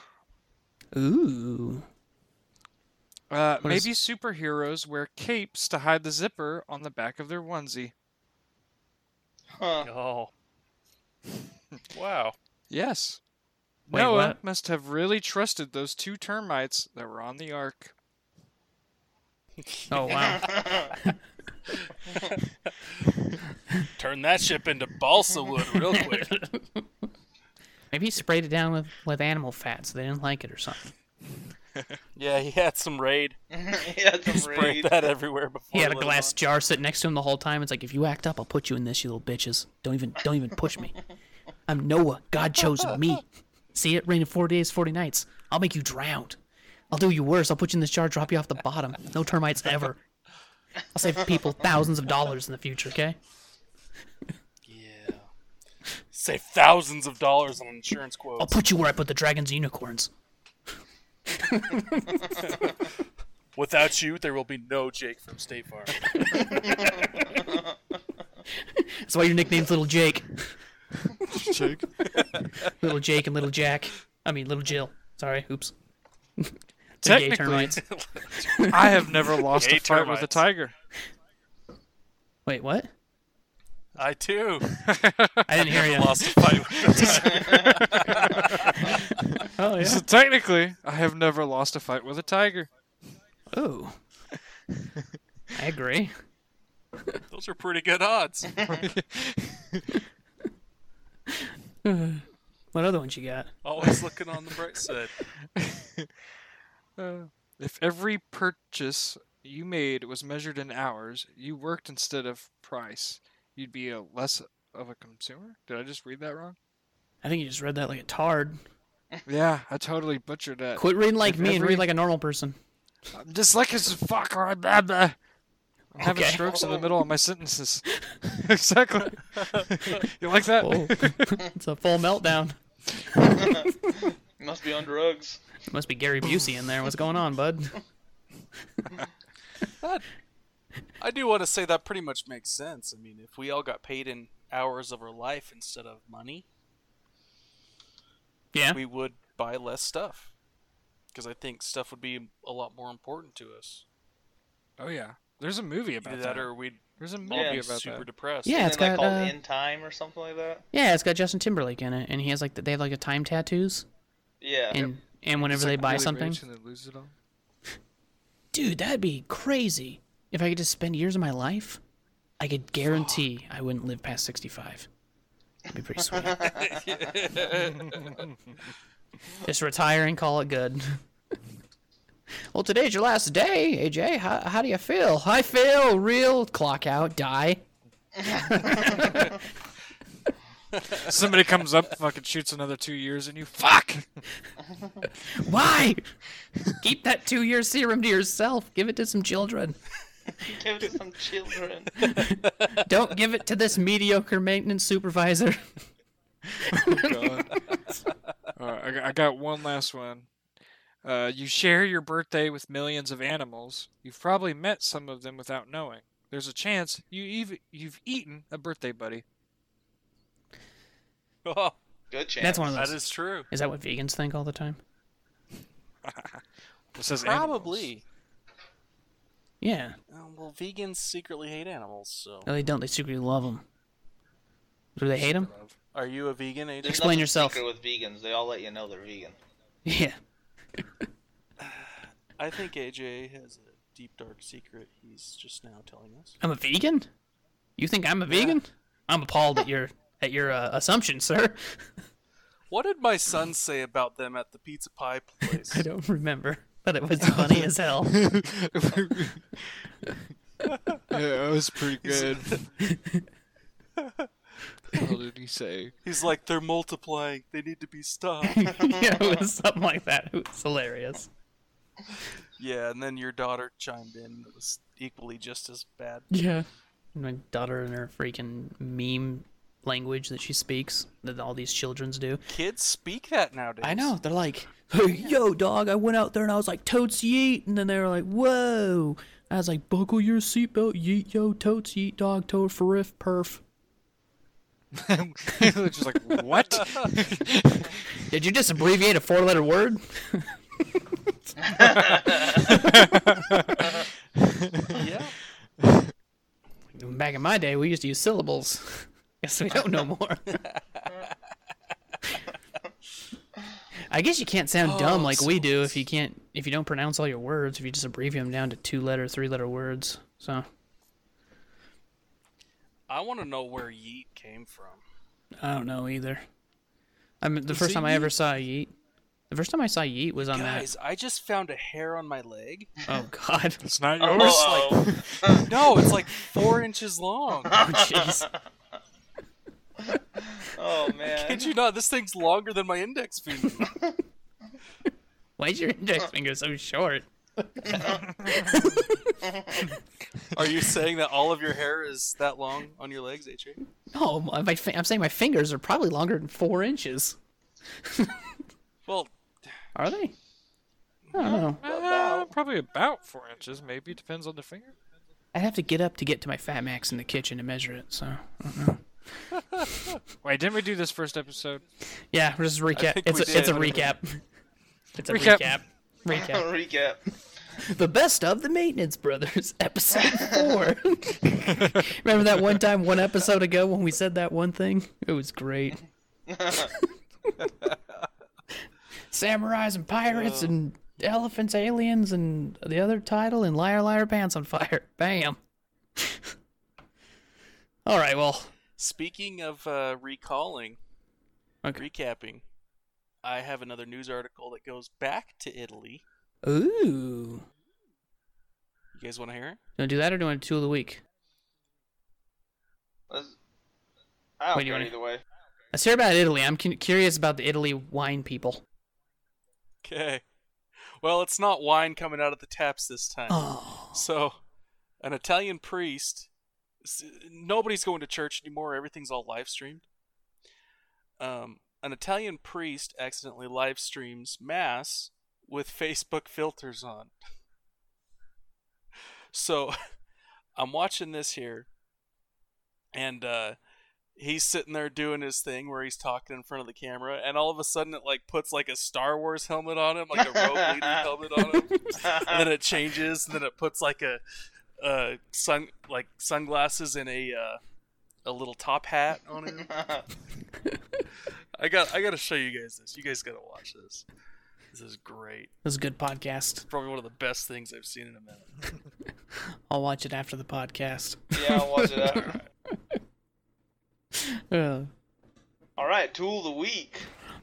Ooh.
Uh,
What is-
maybe superheroes wear capes to hide the zipper on the back of their onesie.
Huh.
Oh. Wow.
Yes.
Wait,
Noah
what?
must have really trusted those two termites that were on the ark.
Oh, wow.
Turn that ship into balsa wood real quick.
Maybe he sprayed it down with, with animal fat so they didn't like it or something.
yeah, he had some raid.
yeah,
He
it's a
sprayed
raid.
that everywhere before.
He had a
let it
glass
on.
jar sitting next to him the whole time. It's like if you act up, I'll put you in this, you little bitches. Don't even don't even push me. I'm Noah. God chose me. See it? Raining four days, forty nights. I'll make you drowned. I'll do you worse. I'll put you in this jar, drop you off the bottom. No termites ever. I'll save people thousands of dollars in the future, okay?
Yeah. Save thousands of dollars on insurance quotes.
I'll put you where I put the dragons and unicorns.
Without you, there will be no Jake from State Farm.
That's why your nickname's Little Jake.
Jake.
Little Jake and Little Jack. I mean, Little Jill. Sorry, oops. They're gay
Technically,
termites.
I have never lost
Gay
a fight with a
termites.
tiger.
Wait, what?
I too
I didn't hear you.
lost a fight with a
Oh, yeah.
tiger.
So technically, I have never lost a fight with a tiger.
Oh. I agree.
Those are pretty good odds.
What other ones you got?
Always looking on the bright side.
Uh, if every purchase you made was measured in hours, you worked instead of price, you'd be a less of a consumer. Did I just read that wrong?
I think you just read that like a tard.
Yeah, I totally butchered that.
Quit reading like me and
Every-
read like a normal person.
I'm dyslexic as fuck. Or I'm, blah, blah. I'm having
Okay.
strokes in the middle of my sentences. exactly. you like that?
Whoa. Oh. it's a full meltdown.
Must be on drugs.
must be Gary Busey in there. What's going on, bud?
That, I do want to say that pretty much makes sense. I mean, if we all got paid in hours of our life instead of money,
Yeah.
we would buy less stuff. Because I think stuff would be a lot more important to us.
Oh yeah. There's a movie about
Either
that.
that or we'd
There's a movie
all be
about that.
super depressed.
Yeah, it's
Isn't that
got,
called
uh,
In Time or something like that?
Yeah, it's got Justin Timberlake in it, and he has like the, they have like a time tattoos,
Yeah.
and and whenever
He's,
they
like,
buy
really
something,
rich and they lose it all.
dude, that'd be crazy. If I could just spend years of my life, I could guarantee I wouldn't live past sixty-five. That'd be pretty sweet. Just retire and call it good. well, today's your last day, AJ. How, how do you feel? I feel real. Clock out, die.
Somebody comes up, fucking shoots another two years, and you fuck.
Why? Keep that two year serum to yourself. Give it to some children.
Give it to some children.
Don't give it to this mediocre maintenance supervisor.
God. All right, I, got, I got one last one. Uh, you share your birthday with millions of animals. You've probably met some of them without knowing. There's a chance you even you've eaten a birthday buddy.
Oh,
Good chance.
That's one of
that
those.
is true.
is that what vegans think all the time?
It says
Probably.
Yeah.
Um, well, vegans secretly hate animals, so.
No, they don't. They secretly love them. Do they hate them?
Are you a vegan, AJ?
There's
Explain
nothing
yourself.
secret with vegans. They all let you know they're vegan.
Yeah.
I think AJ has a deep, dark secret he's just now telling us.
I'm a vegan? You think I'm a vegan? I'm appalled at your at your uh, assumption, sir.
What did my son say about them at the pizza pie place?
I don't remember, but it was funny as hell.
animals. yeah, that was pretty good. hell did he say?
He's like, they're multiplying. They need to be stopped.
yeah, it was something like that. It was hilarious.
yeah, and then your daughter chimed in. It was equally just as bad.
Yeah. My daughter and her freaking meme language that she speaks, that all these childrens do.
Kids speak that nowadays.
I know. They're like, hey, yo, dog, I went out there and I was like, totes yeet. And then they were like, whoa. I was like, buckle your seatbelt, yeet, yo, totes yeet, dog, tote, ferif, perf.
Just like what?
Did you just abbreviate a four letter word?
Yeah.
Back in my day, we used to use syllables. Guess we don't know more. I guess you can't sound dumb like we do if you can't if you don't pronounce all your words if you just abbreviate them down to two letter, three letter words. So
I want to know where yeet came from.
I don't know either. I mean, the first time I ever saw a yeet, the first time I saw yeet was on
Guys, I just found a hair on my leg.
that. Oh God!
It's not
Oh,
yours.
oh,
No, it's like four inches long.
Oh jeez!
oh, man.
Did you not? This thing's longer than my index finger.
Why's your index finger so short?
Are you saying that all of your hair is that long on your legs, AJ?
No, my, my, fi- I'm saying my fingers are probably longer than four inches.
Well,
Are they? I don't know.
Uh, probably about four inches, maybe depends on the finger.
I'd have to get up to get to my Fat Max in the kitchen to measure it. So
Wait, didn't we do this first episode?
yeah, we're just recap.
think
It's
we
a, it's a
did.
recap. It's a
Recap.
recap. Recap.
Recap.
the best of the Maintenance Brothers, episode four. Remember that one time, one episode ago, when we said that one thing? It was great. Samurais and pirates and elephants, aliens, and the other title, and liar, liar, pants on fire. Bam. All right, well,
speaking of uh, recalling,
Okay.
recapping, I have another news article that goes back to Italy.
ooh.
You guys want to hear it?
Do you want to do that or do you want to do two of the week?
Let's- I don't
Wait, do you
care
wanna-
either way.
Let's hear about Italy. I'm cu- curious about the Italy wine people.
Okay. Well, it's not wine coming out of the taps this time.
Oh,
So, an Italian priest. s- Nobody's going to church anymore. Everything's all live streamed. Um, an Italian priest accidentally live streams mass with Facebook filters on. So, I'm watching this here, and uh, he's sitting there doing his thing where he's talking in front of the camera, and all of a sudden it like puts like a Star Wars helmet on him, like a rogue leader helmet on him and then it changes, and then it puts like a, a sun like sunglasses and a uh, a little top hat on it. I got I got to show you guys this. You guys got to watch this. This is great.
this is a good podcast.
Probably one of the best things I've seen in a minute.
I'll watch it after the podcast.
yeah, I'll watch it out.
Uh,
All right, tool of the week.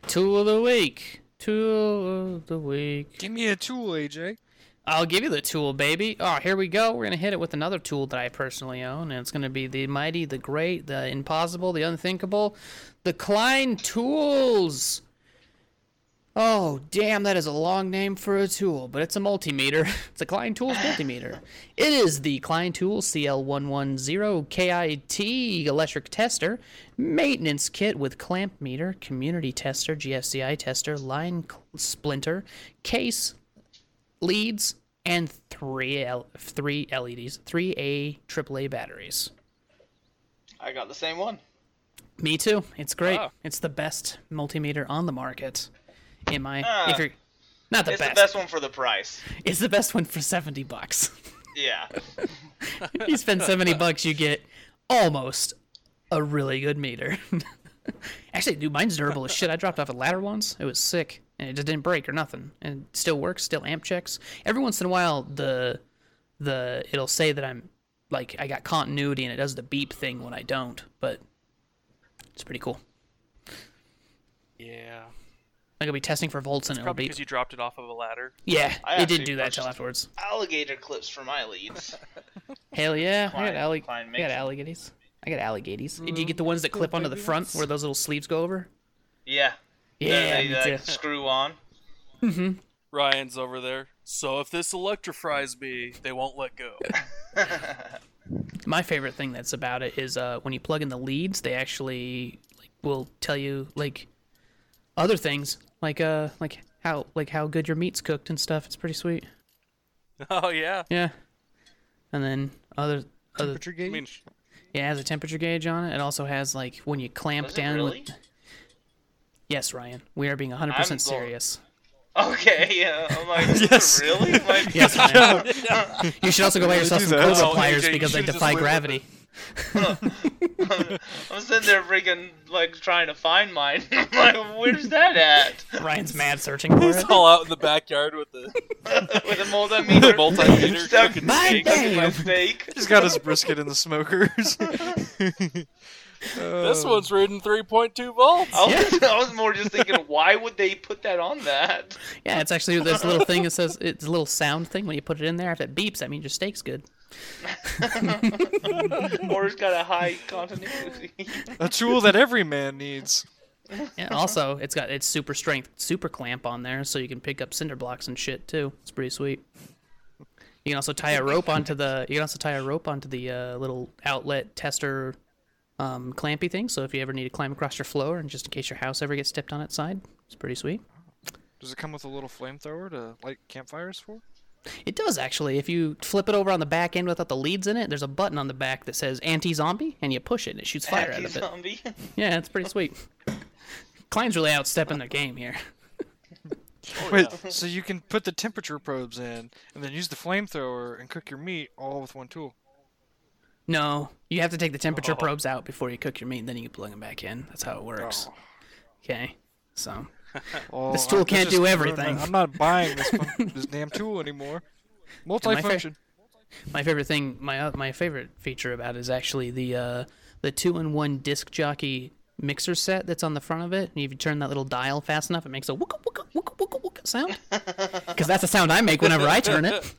two of the week. Tool of the week.
Give me a tool, AJ.
I'll give you the tool, baby. Oh, here we go. We're gonna hit it with another tool that I personally own, and it's gonna be the mighty, the great, the impossible, the unthinkable, the Klein Tools. Oh, damn, that is a long name for a tool, but it's a multimeter. It's a Klein Tools multimeter. It is the Klein Tools CL110KIT electric tester, maintenance kit with clamp meter, community tester, GFCI tester, line cl- splinter, case, leads, and three L- three LEDs, three A AAA batteries.
I got the same one.
Me too. It's great.
Wow.
It's the best multimeter on the market. In my,
Ah.
if you're not the
It's
best,
the best one for the price.
it's the best one for seventy bucks.
Yeah.
you spend seventy bucks, you get almost a really good meter. Actually, dude, mine's durable as shit. I dropped off a ladder once. It was sick, and it just didn't break or nothing, and it still works. Still amp checks. Every once in a while, the the it'll say that I'm like I got continuity, and it does the beep thing when I don't. But it's pretty cool.
Yeah,
Like I'll be testing for volts, and it'll
probably
beep.
because you dropped it off of a ladder.
Yeah,
I
it didn't
actually
do that till
purchased-
afterwards.
Alligator clips for my leads.
Hell yeah, I
Klein-
got, allig-
Klein
I got
makes 'em.
alligators. I got alligators. Do you get the ones that clip onto the front where those little sleeves go over?
Yeah.
Yeah,
They,
me
like,
too.
screw on.
Ryan's over there. So if this electrifies me, they won't let go.
My favorite thing that's about it is uh, when you plug in the leads, they actually like will tell you like other things, like uh, like how like how good your meat's cooked and stuff. It's pretty sweet.
oh yeah.
Yeah, and then other other
Temperature
I
gauge.
mean,
yeah, it has a temperature gauge on it. It also has like when you clamp
Was it
down
really?
with. Yes, Ryan, we are being 100%
I'm going-
serious.
Okay, yeah. I'm like, really? I'm like,
Yes, Ryan. you should also go buy yourself
do
some
that.
cobra
Oh,
pliers
AJ, you
because they
should've
defy
just went with
gravity.
I'm sitting there freaking, like, trying to find mine. I'm like, where's that at?
Ryan's mad searching for
it's
it.
all out in the backyard with the
With a multimeter.
multimeter.
stuck
cooking
My
steak.
stuck in my steak.
He's got his brisket in the smokers.
This one's reading 3.2 volts.
I was, I was more just thinking, why would they put that on that?
Yeah, it's actually this little thing that says it's a little sound thing when you put it in there. If it beeps, that means your steak's good.
Or it's got a high continuity.
a tool that every man needs.
Yeah. Also, it's got its super strength super clamp on there, so you can pick up cinder blocks and shit too. It's pretty sweet. You can also tie a rope onto the. You can also tie a rope onto the uh, little outlet tester, um, clampy thing. So if you ever need to climb across your floor, and just in case your house ever gets stepped on its side, it's pretty sweet.
Does it come with a little flamethrower to light campfires for?
It does actually. If you flip it over on the back end without the leads in it, there's a button on the back that says anti-zombie, and you push it, and it shoots fire out of it.
Zombie.
Yeah, it's pretty sweet. Klein's really outstepping their game here.
Wait, so you can put the temperature probes in and then use the flamethrower and cook your meat all with one tool.
No, you have to take the temperature probes out before you cook your meat, and then you can plug them back in. That's how it works. Okay, so
Oh,
This tool
I- that
can't
just
do
ruined my-
everything.
I'm not buying this, fun- this damn tool anymore. Multifunction.
my favorite thing, my uh, my favorite feature about it is actually the uh, the two in one disc jockey mixer set that's on the front of it. And if you turn that little dial fast enough, it makes a wooka wooka wooka wooka wooka sound. Because that's the sound I make whenever I turn it.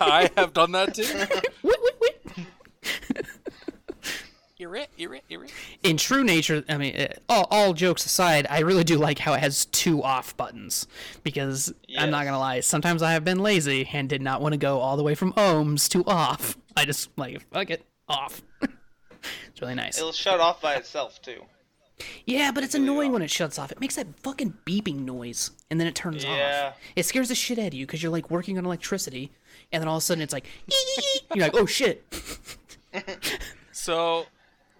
I have done that too.
Wit, wit, wit.
You're it. You're it. You're it.
in true nature, I mean, uh, all, all jokes aside, I really do like how it has two off buttons because I'm not
Yes.
gonna lie. Sometimes I have been lazy and did not want to go all the way from ohms to off. I just like fuck it, off. it's really nice.
It'll shut off by itself, too.
yeah, but it's annoying when it shuts off. It makes that fucking beeping noise and then it turns
Yeah.
off. It scares the shit out of you because you're like working on electricity and then all of a sudden it's like you're like oh shit.
So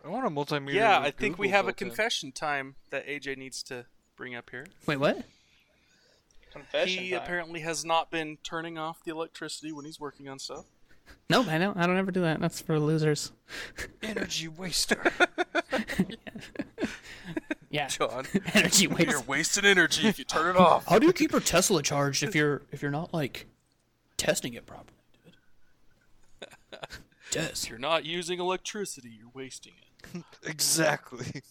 I want a multimeter.
yeah,
with
I think we
Google
have a
built in.
confession time that AJ needs to bring up here.
Wait, what?
Confession.
he
time.
apparently has not been turning off the electricity when he's working on stuff.
No, I don't. I don't ever do that. That's for losers.
Energy waster.
Yeah,
John,
energy waste.
you're wasting energy if you turn it off.
How do you keep your Tesla charged if you're if you're not like testing it properly, dude? Test.
You're not using electricity. You're wasting it.
exactly.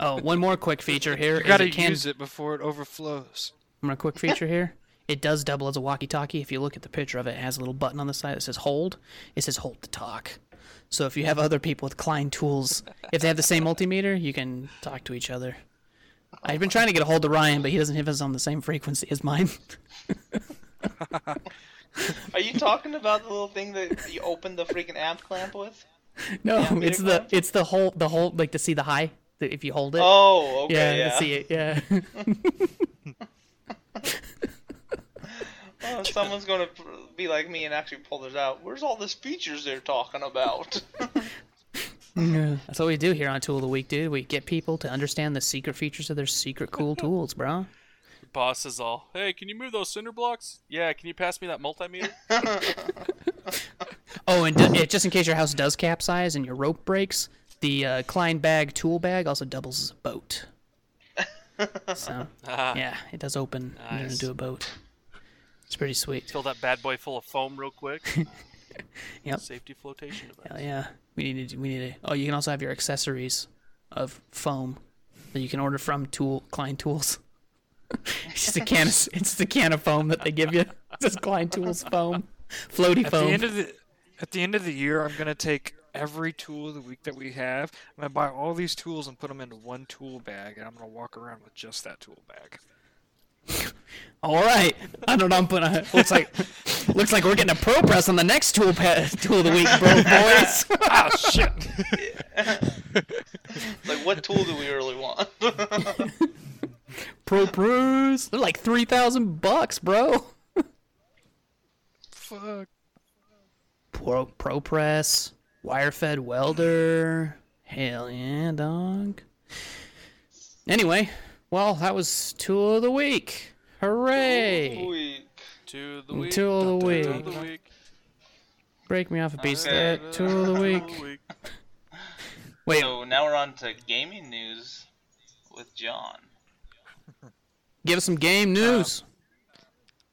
Oh, one more quick feature here.
You gotta
it can,
use it before it overflows.
One more quick feature here. It does double as a walkie-talkie. If you look at the picture of it, it has a little button on the side that says hold. It says hold to talk. So if you have other people with Klein tools, if they have the same multimeter, you can talk to each other. I've been trying to get a hold of Ryan, but he doesn't have us on the same frequency as mine.
Are you talking about the little thing that you open the freaking amp clamp with?
No,
meter
it's the
clamp?
it's the whole the whole like to see the high the- if you hold it.
Oh,
yeah,
okay.
to
Yeah.
see it. Yeah.
Oh, someone's gonna pr- be like me and actually pull this out. Where's all these features they're talking about?
That's what we do here on Tool of the Week, dude. We get people to understand the secret features of their secret cool tools, bro.
Boss is all, hey, can you move those cinder blocks? Yeah, can you pass me that multimeter?
Oh, and d- just in case your house does capsize and your rope breaks, the uh, Klein bag tool bag also doubles as a boat. So,
Ah,
yeah, it does open and turn
Nice.
into a boat. It's pretty sweet.
Fill that bad boy full of foam real quick.
Yep.
Safety flotation device.
Hell yeah. We need to. We need to. Oh, you can also have your accessories of foam that you can order from Tool Klein Tools. it's just a can. Of, it's just a can of foam that they give you. It's just Klein Tools foam, floaty
At
foam.
the end of the at the end of the year, I'm gonna take every tool of the week that we have. I'm gonna buy all these tools and put them into one tool bag, and I'm gonna walk around with just that tool bag.
All right. I don't know. I'm putting. A, looks like looks like we're getting a pro press on the next tool pa- tool of the week, bro, boys.
oh shit!
Like, what tool do we really want?
pro pros. They're like three thousand bucks, bro.
Fuck.
Pro pro press, wire fed welder. Hell yeah, dog. Anyway, well, that was tool of the week. Hooray!
Sweet.
To the week.
Tool of the
Tool
week.
of the week.
Break me off a piece
Okay.
of that tool of the week. Wait,
So oh, now we're on to gaming news with John.
give us some game news.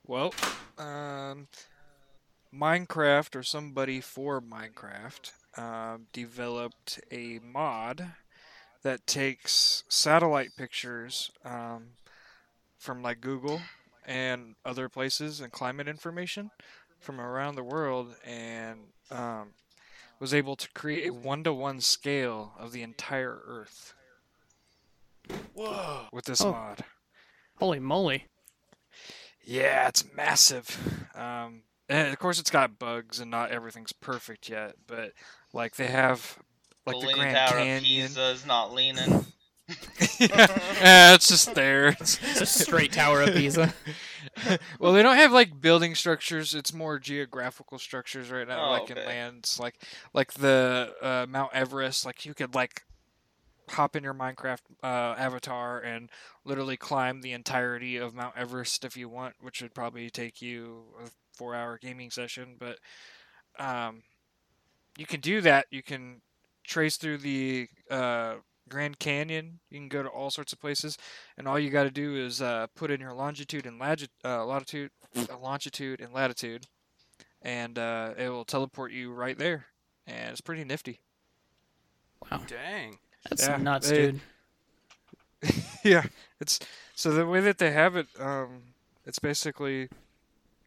Well, um, Minecraft or somebody for Minecraft um, developed a mod that takes satellite pictures um, from like Google and other places and climate information from around the world and um, was able to create a one to one scale of the entire Earth
Whoa.
with this
Oh.
mod.
Holy moly!
Yeah, it's massive. Um, and of course, it's got bugs, and not everything's perfect yet. But like they have, like the,
Leaning
Grand
Tower of
Canyon.
Pisa is not leaning.
yeah, it's just there. It's-
It's a straight Tower of Pisa.
well, they don't have like building structures. It's more geographical structures right now,
Oh,
like
okay.
in lands, like like the uh, Mount Everest. Like you could like hop in your Minecraft uh, avatar and literally climb the entirety of Mount Everest if you want, which would probably take you a four-hour gaming session. But um, you can do that. You can trace through the uh, Grand Canyon. You can go to all sorts of places, and all you got to do is uh, put in your longitude and lagi- uh, latitude, uh, longitude and latitude, and uh, it will teleport you right there. And it's pretty nifty.
Dang.
That's
Yeah,
nuts,
they-
dude.
yeah, it's so the way that they have it, um, it's basically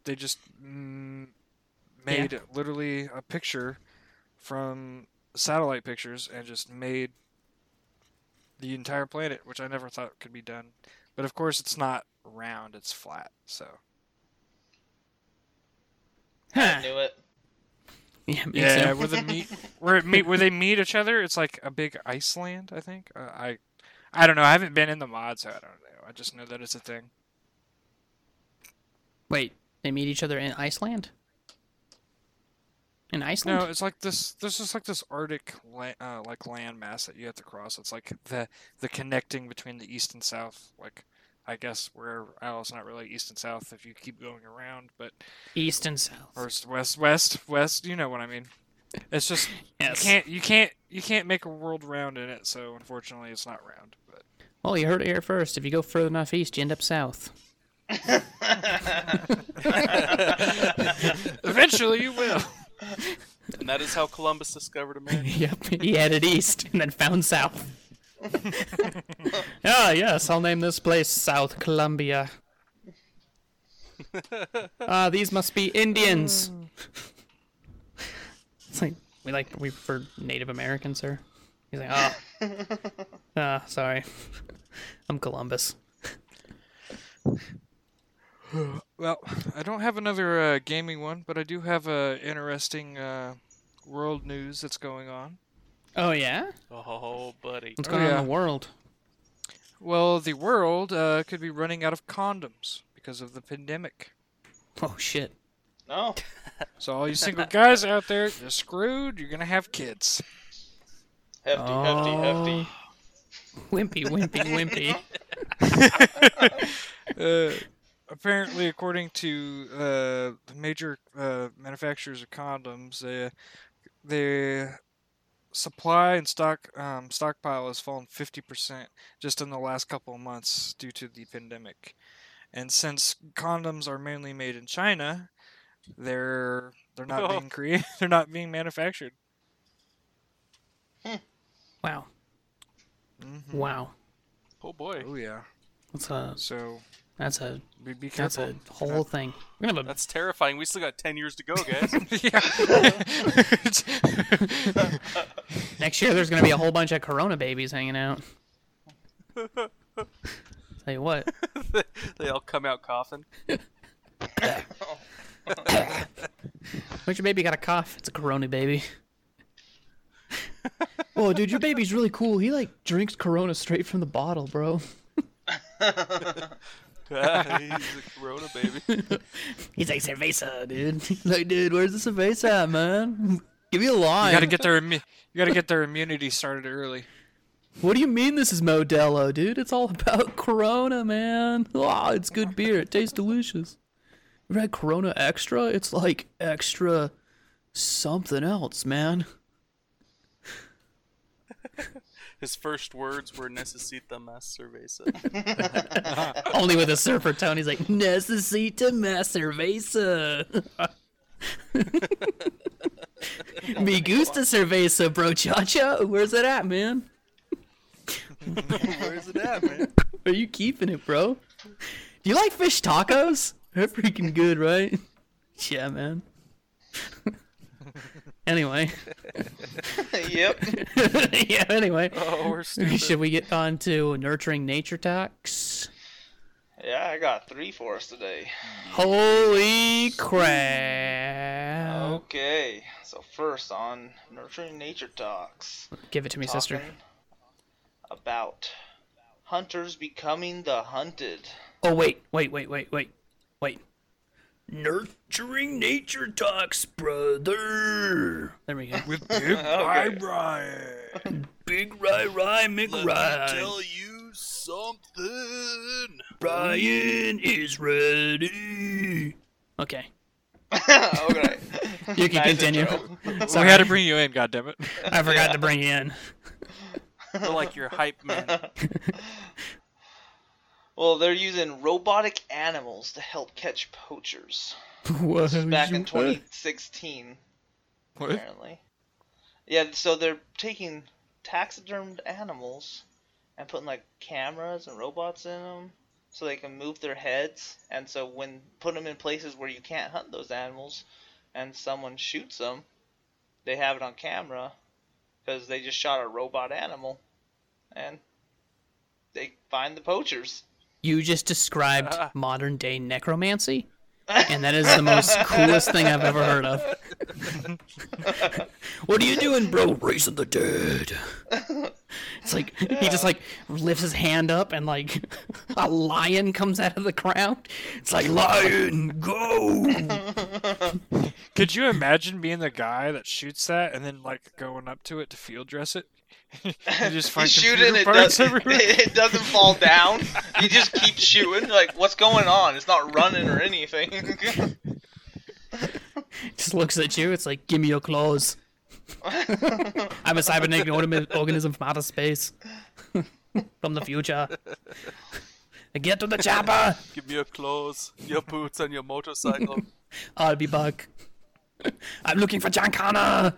they just mm, made literally a picture from satellite pictures and just made the entire planet, which I never thought could be done. But of course, it's not round; it's flat. So
Huh.
Knew it.
Yeah, me
yeah,
too.
where the meet where it meet where they meet each other, it's like a big Iceland, I think. Uh, I I don't know. I haven't been in the mod, so I don't know. I just know that it's a thing.
Wait, they meet each other in Iceland. In Iceland?
No, it's like this. There's just like this Arctic la- uh, like land mass that you have to cross. It's like the the connecting between the east and south. Like I guess where well, it's not really east and south if you keep going around, but
East and South.
or it's west, west, west. You know what I mean? It's just
Yes.
you can't you can't you can't make a world round in it. So unfortunately, it's not round. But
Well, you heard it here first. If you go further enough east, you end up south.
eventually, you will.
And that is how Columbus discovered America.
Yep, he headed east and then found south. ah, yes, I'll name this place South Columbia. Ah, these must be Indians. it's like we like we prefer Native Americans, sir. He's like, oh, ah, sorry, I'm Columbus.
Well, I don't have another uh, gaming one, but I do have a interesting uh, world news that's going on.
Oh yeah,
Oh, buddy.
what's
Oh,
going on
yeah.
in the world?
Well, the world uh, could be running out of condoms because of the pandemic.
Oh shit.
no.
So all you single guys out there, you're screwed. You're gonna have kids.
Hefty, hefty, hefty.
Wimpy, wimpy, wimpy.
Uh, apparently, according to uh, the major uh, manufacturers of condoms, uh, their supply and stock um, stockpile has fallen 50% just in the last couple of months due to the pandemic. And since condoms are mainly made in China, they're they're not
Oh.
being created. They're not being manufactured.
Wow. Wow.
Oh boy.
Oh yeah.
That's a
So
That's a
Be, be
that's
careful.
a whole thing. We're gonna have a
That's terrifying. We still got ten years to go, guys.
yeah.
next year. There's gonna be a whole bunch of Corona babies hanging out. Tell you what,
they all come out coughing.
When's your baby got a cough? It's a Corona baby. Whoa, dude, your baby's really cool. He like drinks Corona straight from the bottle, bro.
He's a corona baby.
He's like cerveza, dude. He's like, dude, where's the cerveza, at, man? Give me a line.
You gotta get their immu- you gotta get their immunity started early.
What do you mean this is Modelo, dude? It's all about Corona, man. Ah, it's good beer. It tastes delicious. You ever had Corona Extra? It's like extra something else, man.
His first words were "Necesita más cerveza."
Only with a surfer tone. He's like, Necesita más cerveza. Me gusta cerveza, bro, chacha. Where's it at, man?
Where's it at, man?
Are you keeping it, bro? Do you like fish tacos? They're freaking good, right? Yeah, man. anyway,
Oh.
yep.
yeah. Anyway,
Oh, we're stupid.
should we get on to nurturing nature talks?
Yeah, I got three for us today.
Holy crap!
Oh.
Okay, so first on nurturing nature talks.
Give it to me, sister.
talking About hunters becoming the hunted.
Oh wait, wait, wait, wait, wait, wait. Nurturing nature talks, brother. There we go.
With Big Rye Ryan.
Big Rye Rye McRye.
you something.
Ryan is ready. Okay,
okay.
you can
Nice
continue.
intro.
We had to bring you in, goddammit.
I forgot to bring you in.
We're like your hype man.
Well, they're using robotic animals to help catch poachers.
Whoa,
Back in
you-
2016,
What?
apparently. Yeah, so they're taking taxidermed animals and putting like cameras and robots in them so they can move their heads and so when put them in places where you can't hunt those animals and someone shoots them they have it on camera because they just shot a robot animal and they find the poachers
You just described modern day necromancy, and that is the most coolest thing I've ever heard of. what are you doing, bro? Raising the dead. It's like he just like lifts his hand up, and like a lion comes out of the crowd. It's like lion, go.
Could you imagine being the guy that shoots that and then like going up to it to field dress it? you just
you
find
shoot it and
computer
it,
parts
does,
everywhere.
it doesn't fall down you just keep shooting like what's going on it's not running or anything
Just looks at you. It's like, give me your claws. I'm a cybernetic automi- organism from outer space, from the future. Get to the chopper.
Give me your clothes, your boots, and your motorcycle.
I'll be back. I'm looking for John Connor.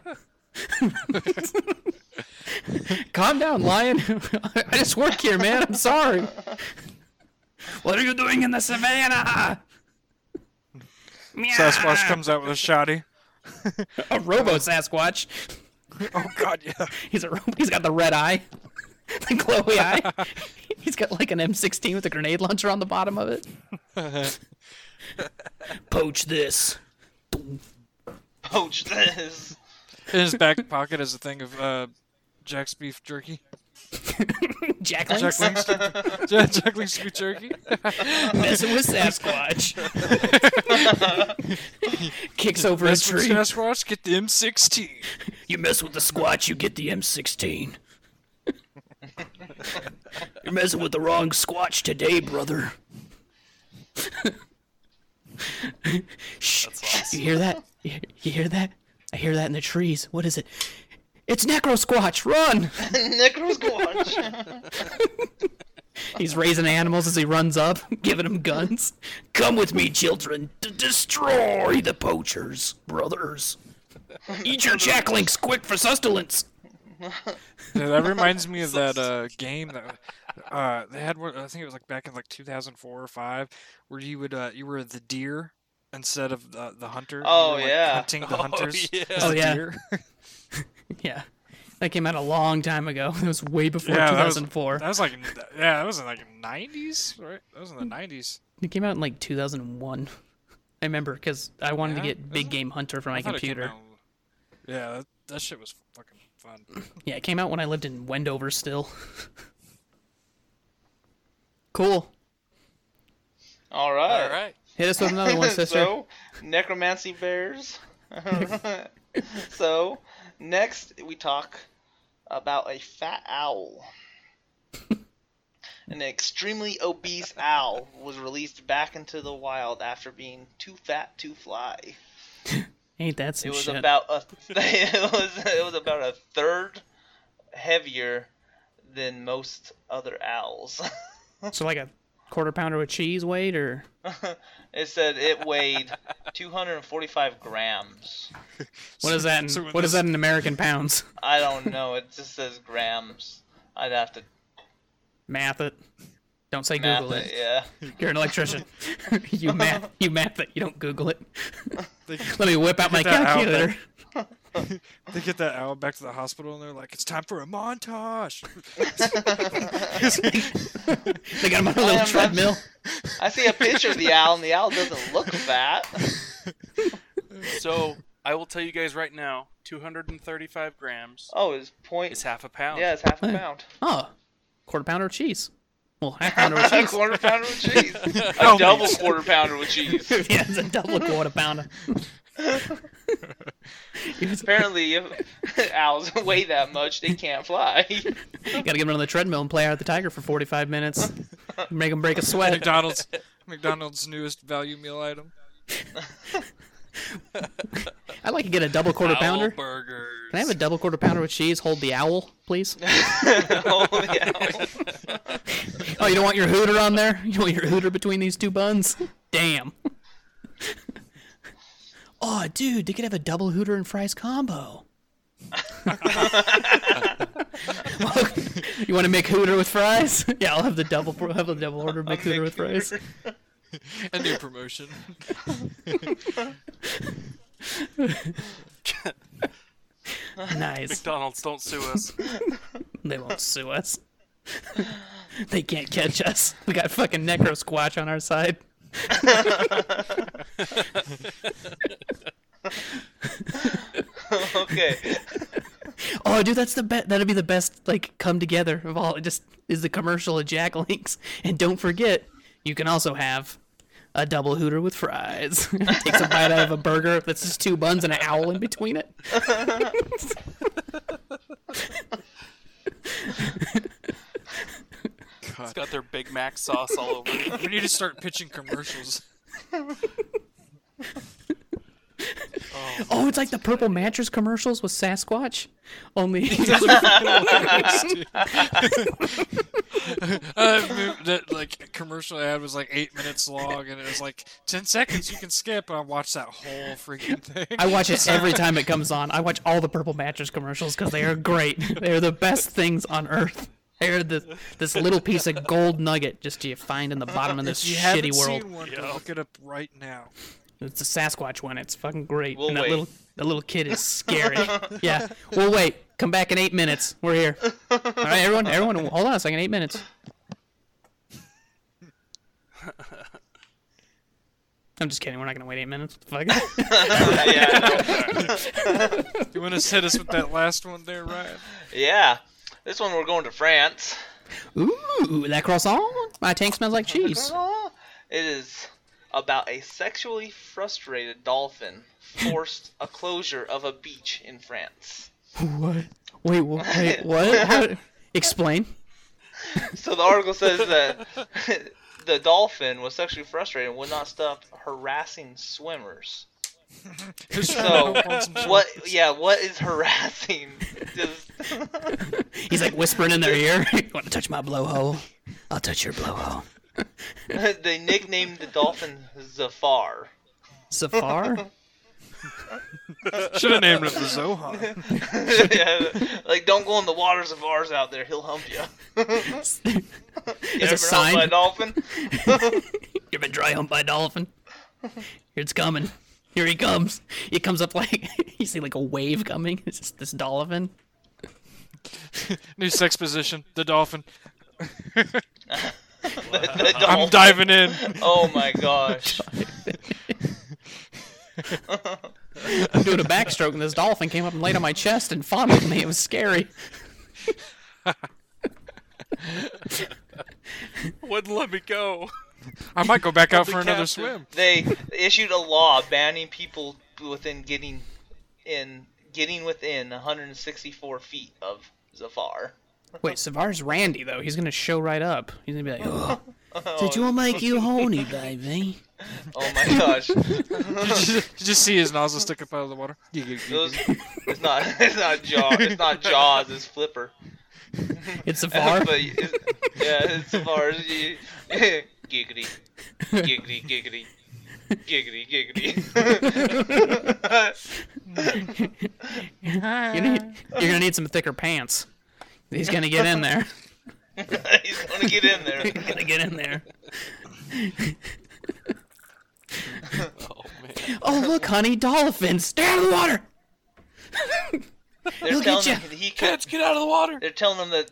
Calm down, lion. I just work here, man. I'm sorry. What are you doing in the savannah?
Sasquatch comes out with a shotty.
a robo Sasquatch.
Oh god, yeah.
He's a robo. He's got the red eye, the glowy eye. He's got like an M16 with a grenade launcher on the bottom of it. Poach this.
poach this
In his back pocket is a thing of uh, Jack's beef jerky.
Jack
Jack
Links.
Link's Jack Jack Link's beef jerky.
messing with Sasquatch. Kicks over a
That's what
tree.
Sasquatch get the M16.
You mess with the Squatch, you get the M16. You're messing with the wrong Squatch today, brother. Shh, shh, you hear that? You you hear that? I hear that in the trees. What is it? It's Necro Squatch. Run!
Necro's Gorge.
He's raising animals as he runs up, giving them guns. Come with me, children, to destroy the poachers, brothers. Eat your jacklings quick for sustenance.
Yeah, that reminds me of that uh, game that uh, they had. One, I think it was like back in like 2004 or five, where you would uh, you were the deer instead of the the hunter. and you
Oh,
were, like,
yeah.
hunting the hunters.
yeah.
as
Oh,
the
yeah.
deer.
Yeah. That came out a long time ago. It was way before
Yeah, that was-
2004.
That was like in the- yeah, that was in like 90s, right? That was in the
Hmm.
90s.
It came out in like 2001. I remember because I wanted
Yeah?
to get Big
Isn't-
Game Hunter for
I
my
thought it came
computer.
out- yeah, that, that shit was fucking fun.
Yeah, it came out when I lived in Wendover still. cool.
All right.
All right.
Hit us with another one, sister.
so, necromancy bears. so, next we talk about a fat owl. An extremely obese owl was released back into the wild after being too fat to fly.
Ain't that some
It was
shit?
about a it was it was about a third heavier than most other owls.
So like a quarter pounder with cheese weight, or
it said it weighed 245 grams.
what is that? In,
So when
what is
this-
that in American pounds?
I don't know. It just says grams. I'd have to
Math it. Don't say
math
Google
it.
it.
Yeah.
You're an electrician. you math. You math it. You don't Google it.
They,
Let me whip out my
Get that out
calculator.
they get that owl back to the hospital and they're like, "It's time for a montage."
They got him on a
am
little
not-
treadmill.
I see a picture of the owl, and the owl doesn't look fat.
So I will tell you guys right now, 235 grams
Oh, it's point.
is half a pound.
yeah, it's half a pound.
Oh, quarter pounder of cheese. Well, half pounder with
a
cheese.
quarter pounder with cheese.
Oh,
A double quarter pounder with cheese.
yeah, it's a double quarter pounder. you just
Apparently, if owls weigh that much, they can't fly.
gotta get him on the treadmill and play out the tiger for 45 minutes. Make him break a sweat.
McDonald's McDonald's newest value meal item.
I'd like to get a double quarter
Owl
pounder. Can
burgers.
I have a double quarter pounder with cheese? Hold the owl, please.
Holy owl.
Oh, you don't want your hooter on there? You want your hooter between these two buns? Damn. oh, dude, they could have a double hooter and fries combo. you want to make hooter with fries? Yeah, I'll have the double. I'll have the double order make hooter with fries.
A new promotion.
Nice.
McDonald's, don't sue us.
They won't sue us. they can't catch us. We got fucking necro squatch on our side.
okay.
Oh, dude, that's the best. That'd be the best, like, come together of all. It just is the commercial of Jack Links. And don't forget, you can also have a double hooter with fries. Takes a bite out of a burger that's just two buns and an owl in between it.
It's got their Big Mac sauce all over it.
We need to start pitching commercials.
Oh, it's like the purple mattress commercials with Sasquatch. Only.
Uh, mo- that like commercial ad was like eight minutes long, and it was like ten seconds you can skip. And I watched that whole freaking thing.
I watch it every time it comes on. I watch all the purple mattress commercials because they are great. They are the best things on earth. They are the, this little piece of gold nugget just you find in the bottom of this
If you
shitty
haven't
world.
seen one, go look it up right now.
It's a Sasquatch one. It's fucking great.
We'll
and that
wait.
little that little kid is scary. yeah. We'll wait. Come back in eight minutes. We're here. All right, everyone, everyone, hold on a second. Eight minutes. I'm just kidding. We're not gonna wait eight minutes. Fuck.
Yeah. I know.
You want to hit us with that last one there, Ryan?
Yeah. This one we're going to France.
Ooh, that croissant. My tank smells like cheese.
It is about a sexually frustrated dolphin forced a closure of a beach in France.
What? Wait, wha- wait, what? How- Explain.
So the article says that the dolphin was sexually frustrated and would not stop harassing swimmers. So what yeah, what is harassing? Just
He's like whispering in their ear. you want to touch my blowhole? I'll touch your blowhole.
they nicknamed the dolphin Zafar.
Zafar?
Should have named it the Zohan.
yeah, like don't go in the waters of ours out there. He'll hump you. you
There's
ever
a
humped by a
sign.
dolphin?
You've been dry humped by a dolphin. Here it's coming. Here he comes. He comes up like you see like a wave coming. It's just this dolphin.
New sex position. The dolphin.
The- the
I'm
dolphin.
diving in.
Oh my gosh.
I'm doing a backstroke and this dolphin came up and laid on my chest and fondled me. It was scary.
Wouldn't let me go.
I might go back out
the
for another
captive.
swim.
They issued a law banning people within getting in getting within 164 feet of Zafar.
Wait, Savar's Randy though. He's gonna show right up. He's gonna be like, oh, "Did you make you horny, baby?"
Oh my gosh.
Did you, just, did you see his nozzle stick up out of the water?
Those, it's not it's not jaw it's not jaws it's flipper.
It's Savar.
But it's, yeah, it's Zafar. Giggity, giggity, giggity, giggity, giggity.
You need, you're gonna need some thicker pants. He's gonna get in there.
He's gonna get in there.
He's gonna get in there.
Oh man.
Oh look, honey, dolphins. Stay out of the water.
They're
Look
telling
at ya.
him he can,
Kids, get out of the water.
They're telling him that.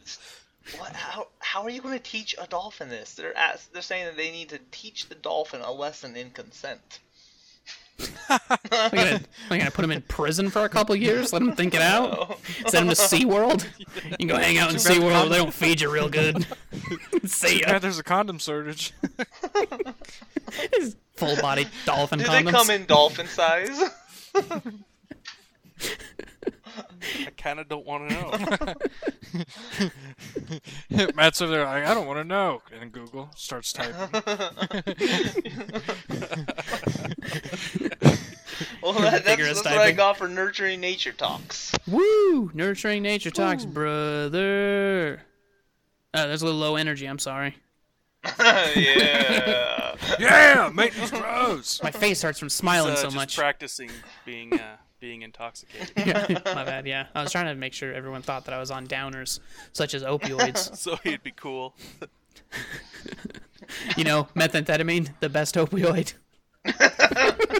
What? How? How are you going to teach a dolphin this? They're ask, They're saying that they need to teach the dolphin a lesson in consent.
We're gonna, we're gonna put him in prison for a couple years. Let him think it out. Send him to SeaWorld. You can go hang out in
Too bad the
SeaWorld. They don't feed you real good. See
Yeah,
ya.
there's a condom shortage.
Full body dolphin
Do
condoms.
they come in dolphin size?
I kind of don't want to know.
Matt's over there like, I don't want to know. And Google starts typing.
well,
Vigorous
that, that's, that's what I
diving.
got for nurturing nature talks.
Woo! Nurturing nature talks, brother. Oh, there's a little low energy. I'm sorry.
yeah.
yeah, maintenance bros.
My face hurts from smiling
Uh,
so
just
much.
practicing being uh, being intoxicated.
Yeah, my bad. Yeah, I was trying to make sure everyone thought that I was on downers such as opioids.
So he'd be cool.
you know, methamphetamine, the best opioid.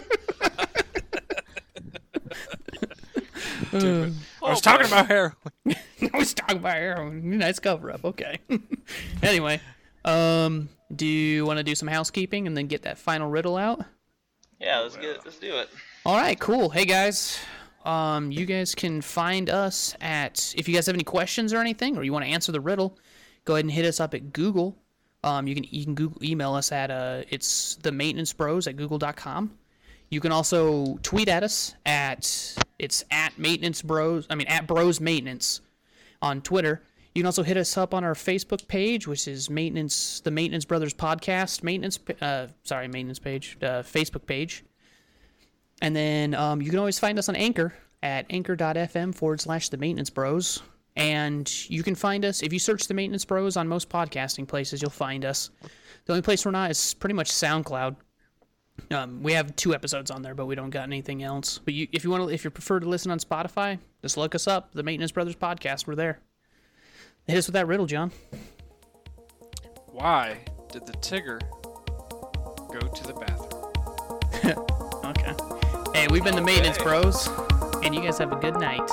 I was talking
boy.
about hair.
I was talking about heroin. Nice cover up. Okay. anyway, um, do you want to do some housekeeping and then get that final riddle out?
Yeah. Let's get. Let's do it.
All right, cool. Hey guys, um, you guys can find us at if you guys have any questions or anything, or you want to answer the riddle, go ahead and hit us up at Google. Um, you can you can Google email us at uh, it's the maintenance bros at google.com. You can also tweet at us at it's at maintenance bros. I mean at bros maintenance on Twitter. You can also hit us up on our Facebook page, which is maintenance the maintenance brothers podcast maintenance pa- uh, sorry maintenance page uh, Facebook page. And then um, you can always find us on Anchor at anchor.fm forward slash the maintenance bros. And you can find us, if you search the maintenance bros on most podcasting places, you'll find us. The only place we're not is pretty much SoundCloud. Um, we have two episodes on there, but we don't got anything else. But you, if you want to, if you prefer to listen on Spotify, just look us up, the Maintenance Brothers podcast. We're there. Hit us with that riddle, John.
Why did the Tigger go to the bathroom?
Okay. Hey, we've been the Maintenance Bros, and you guys have a good night.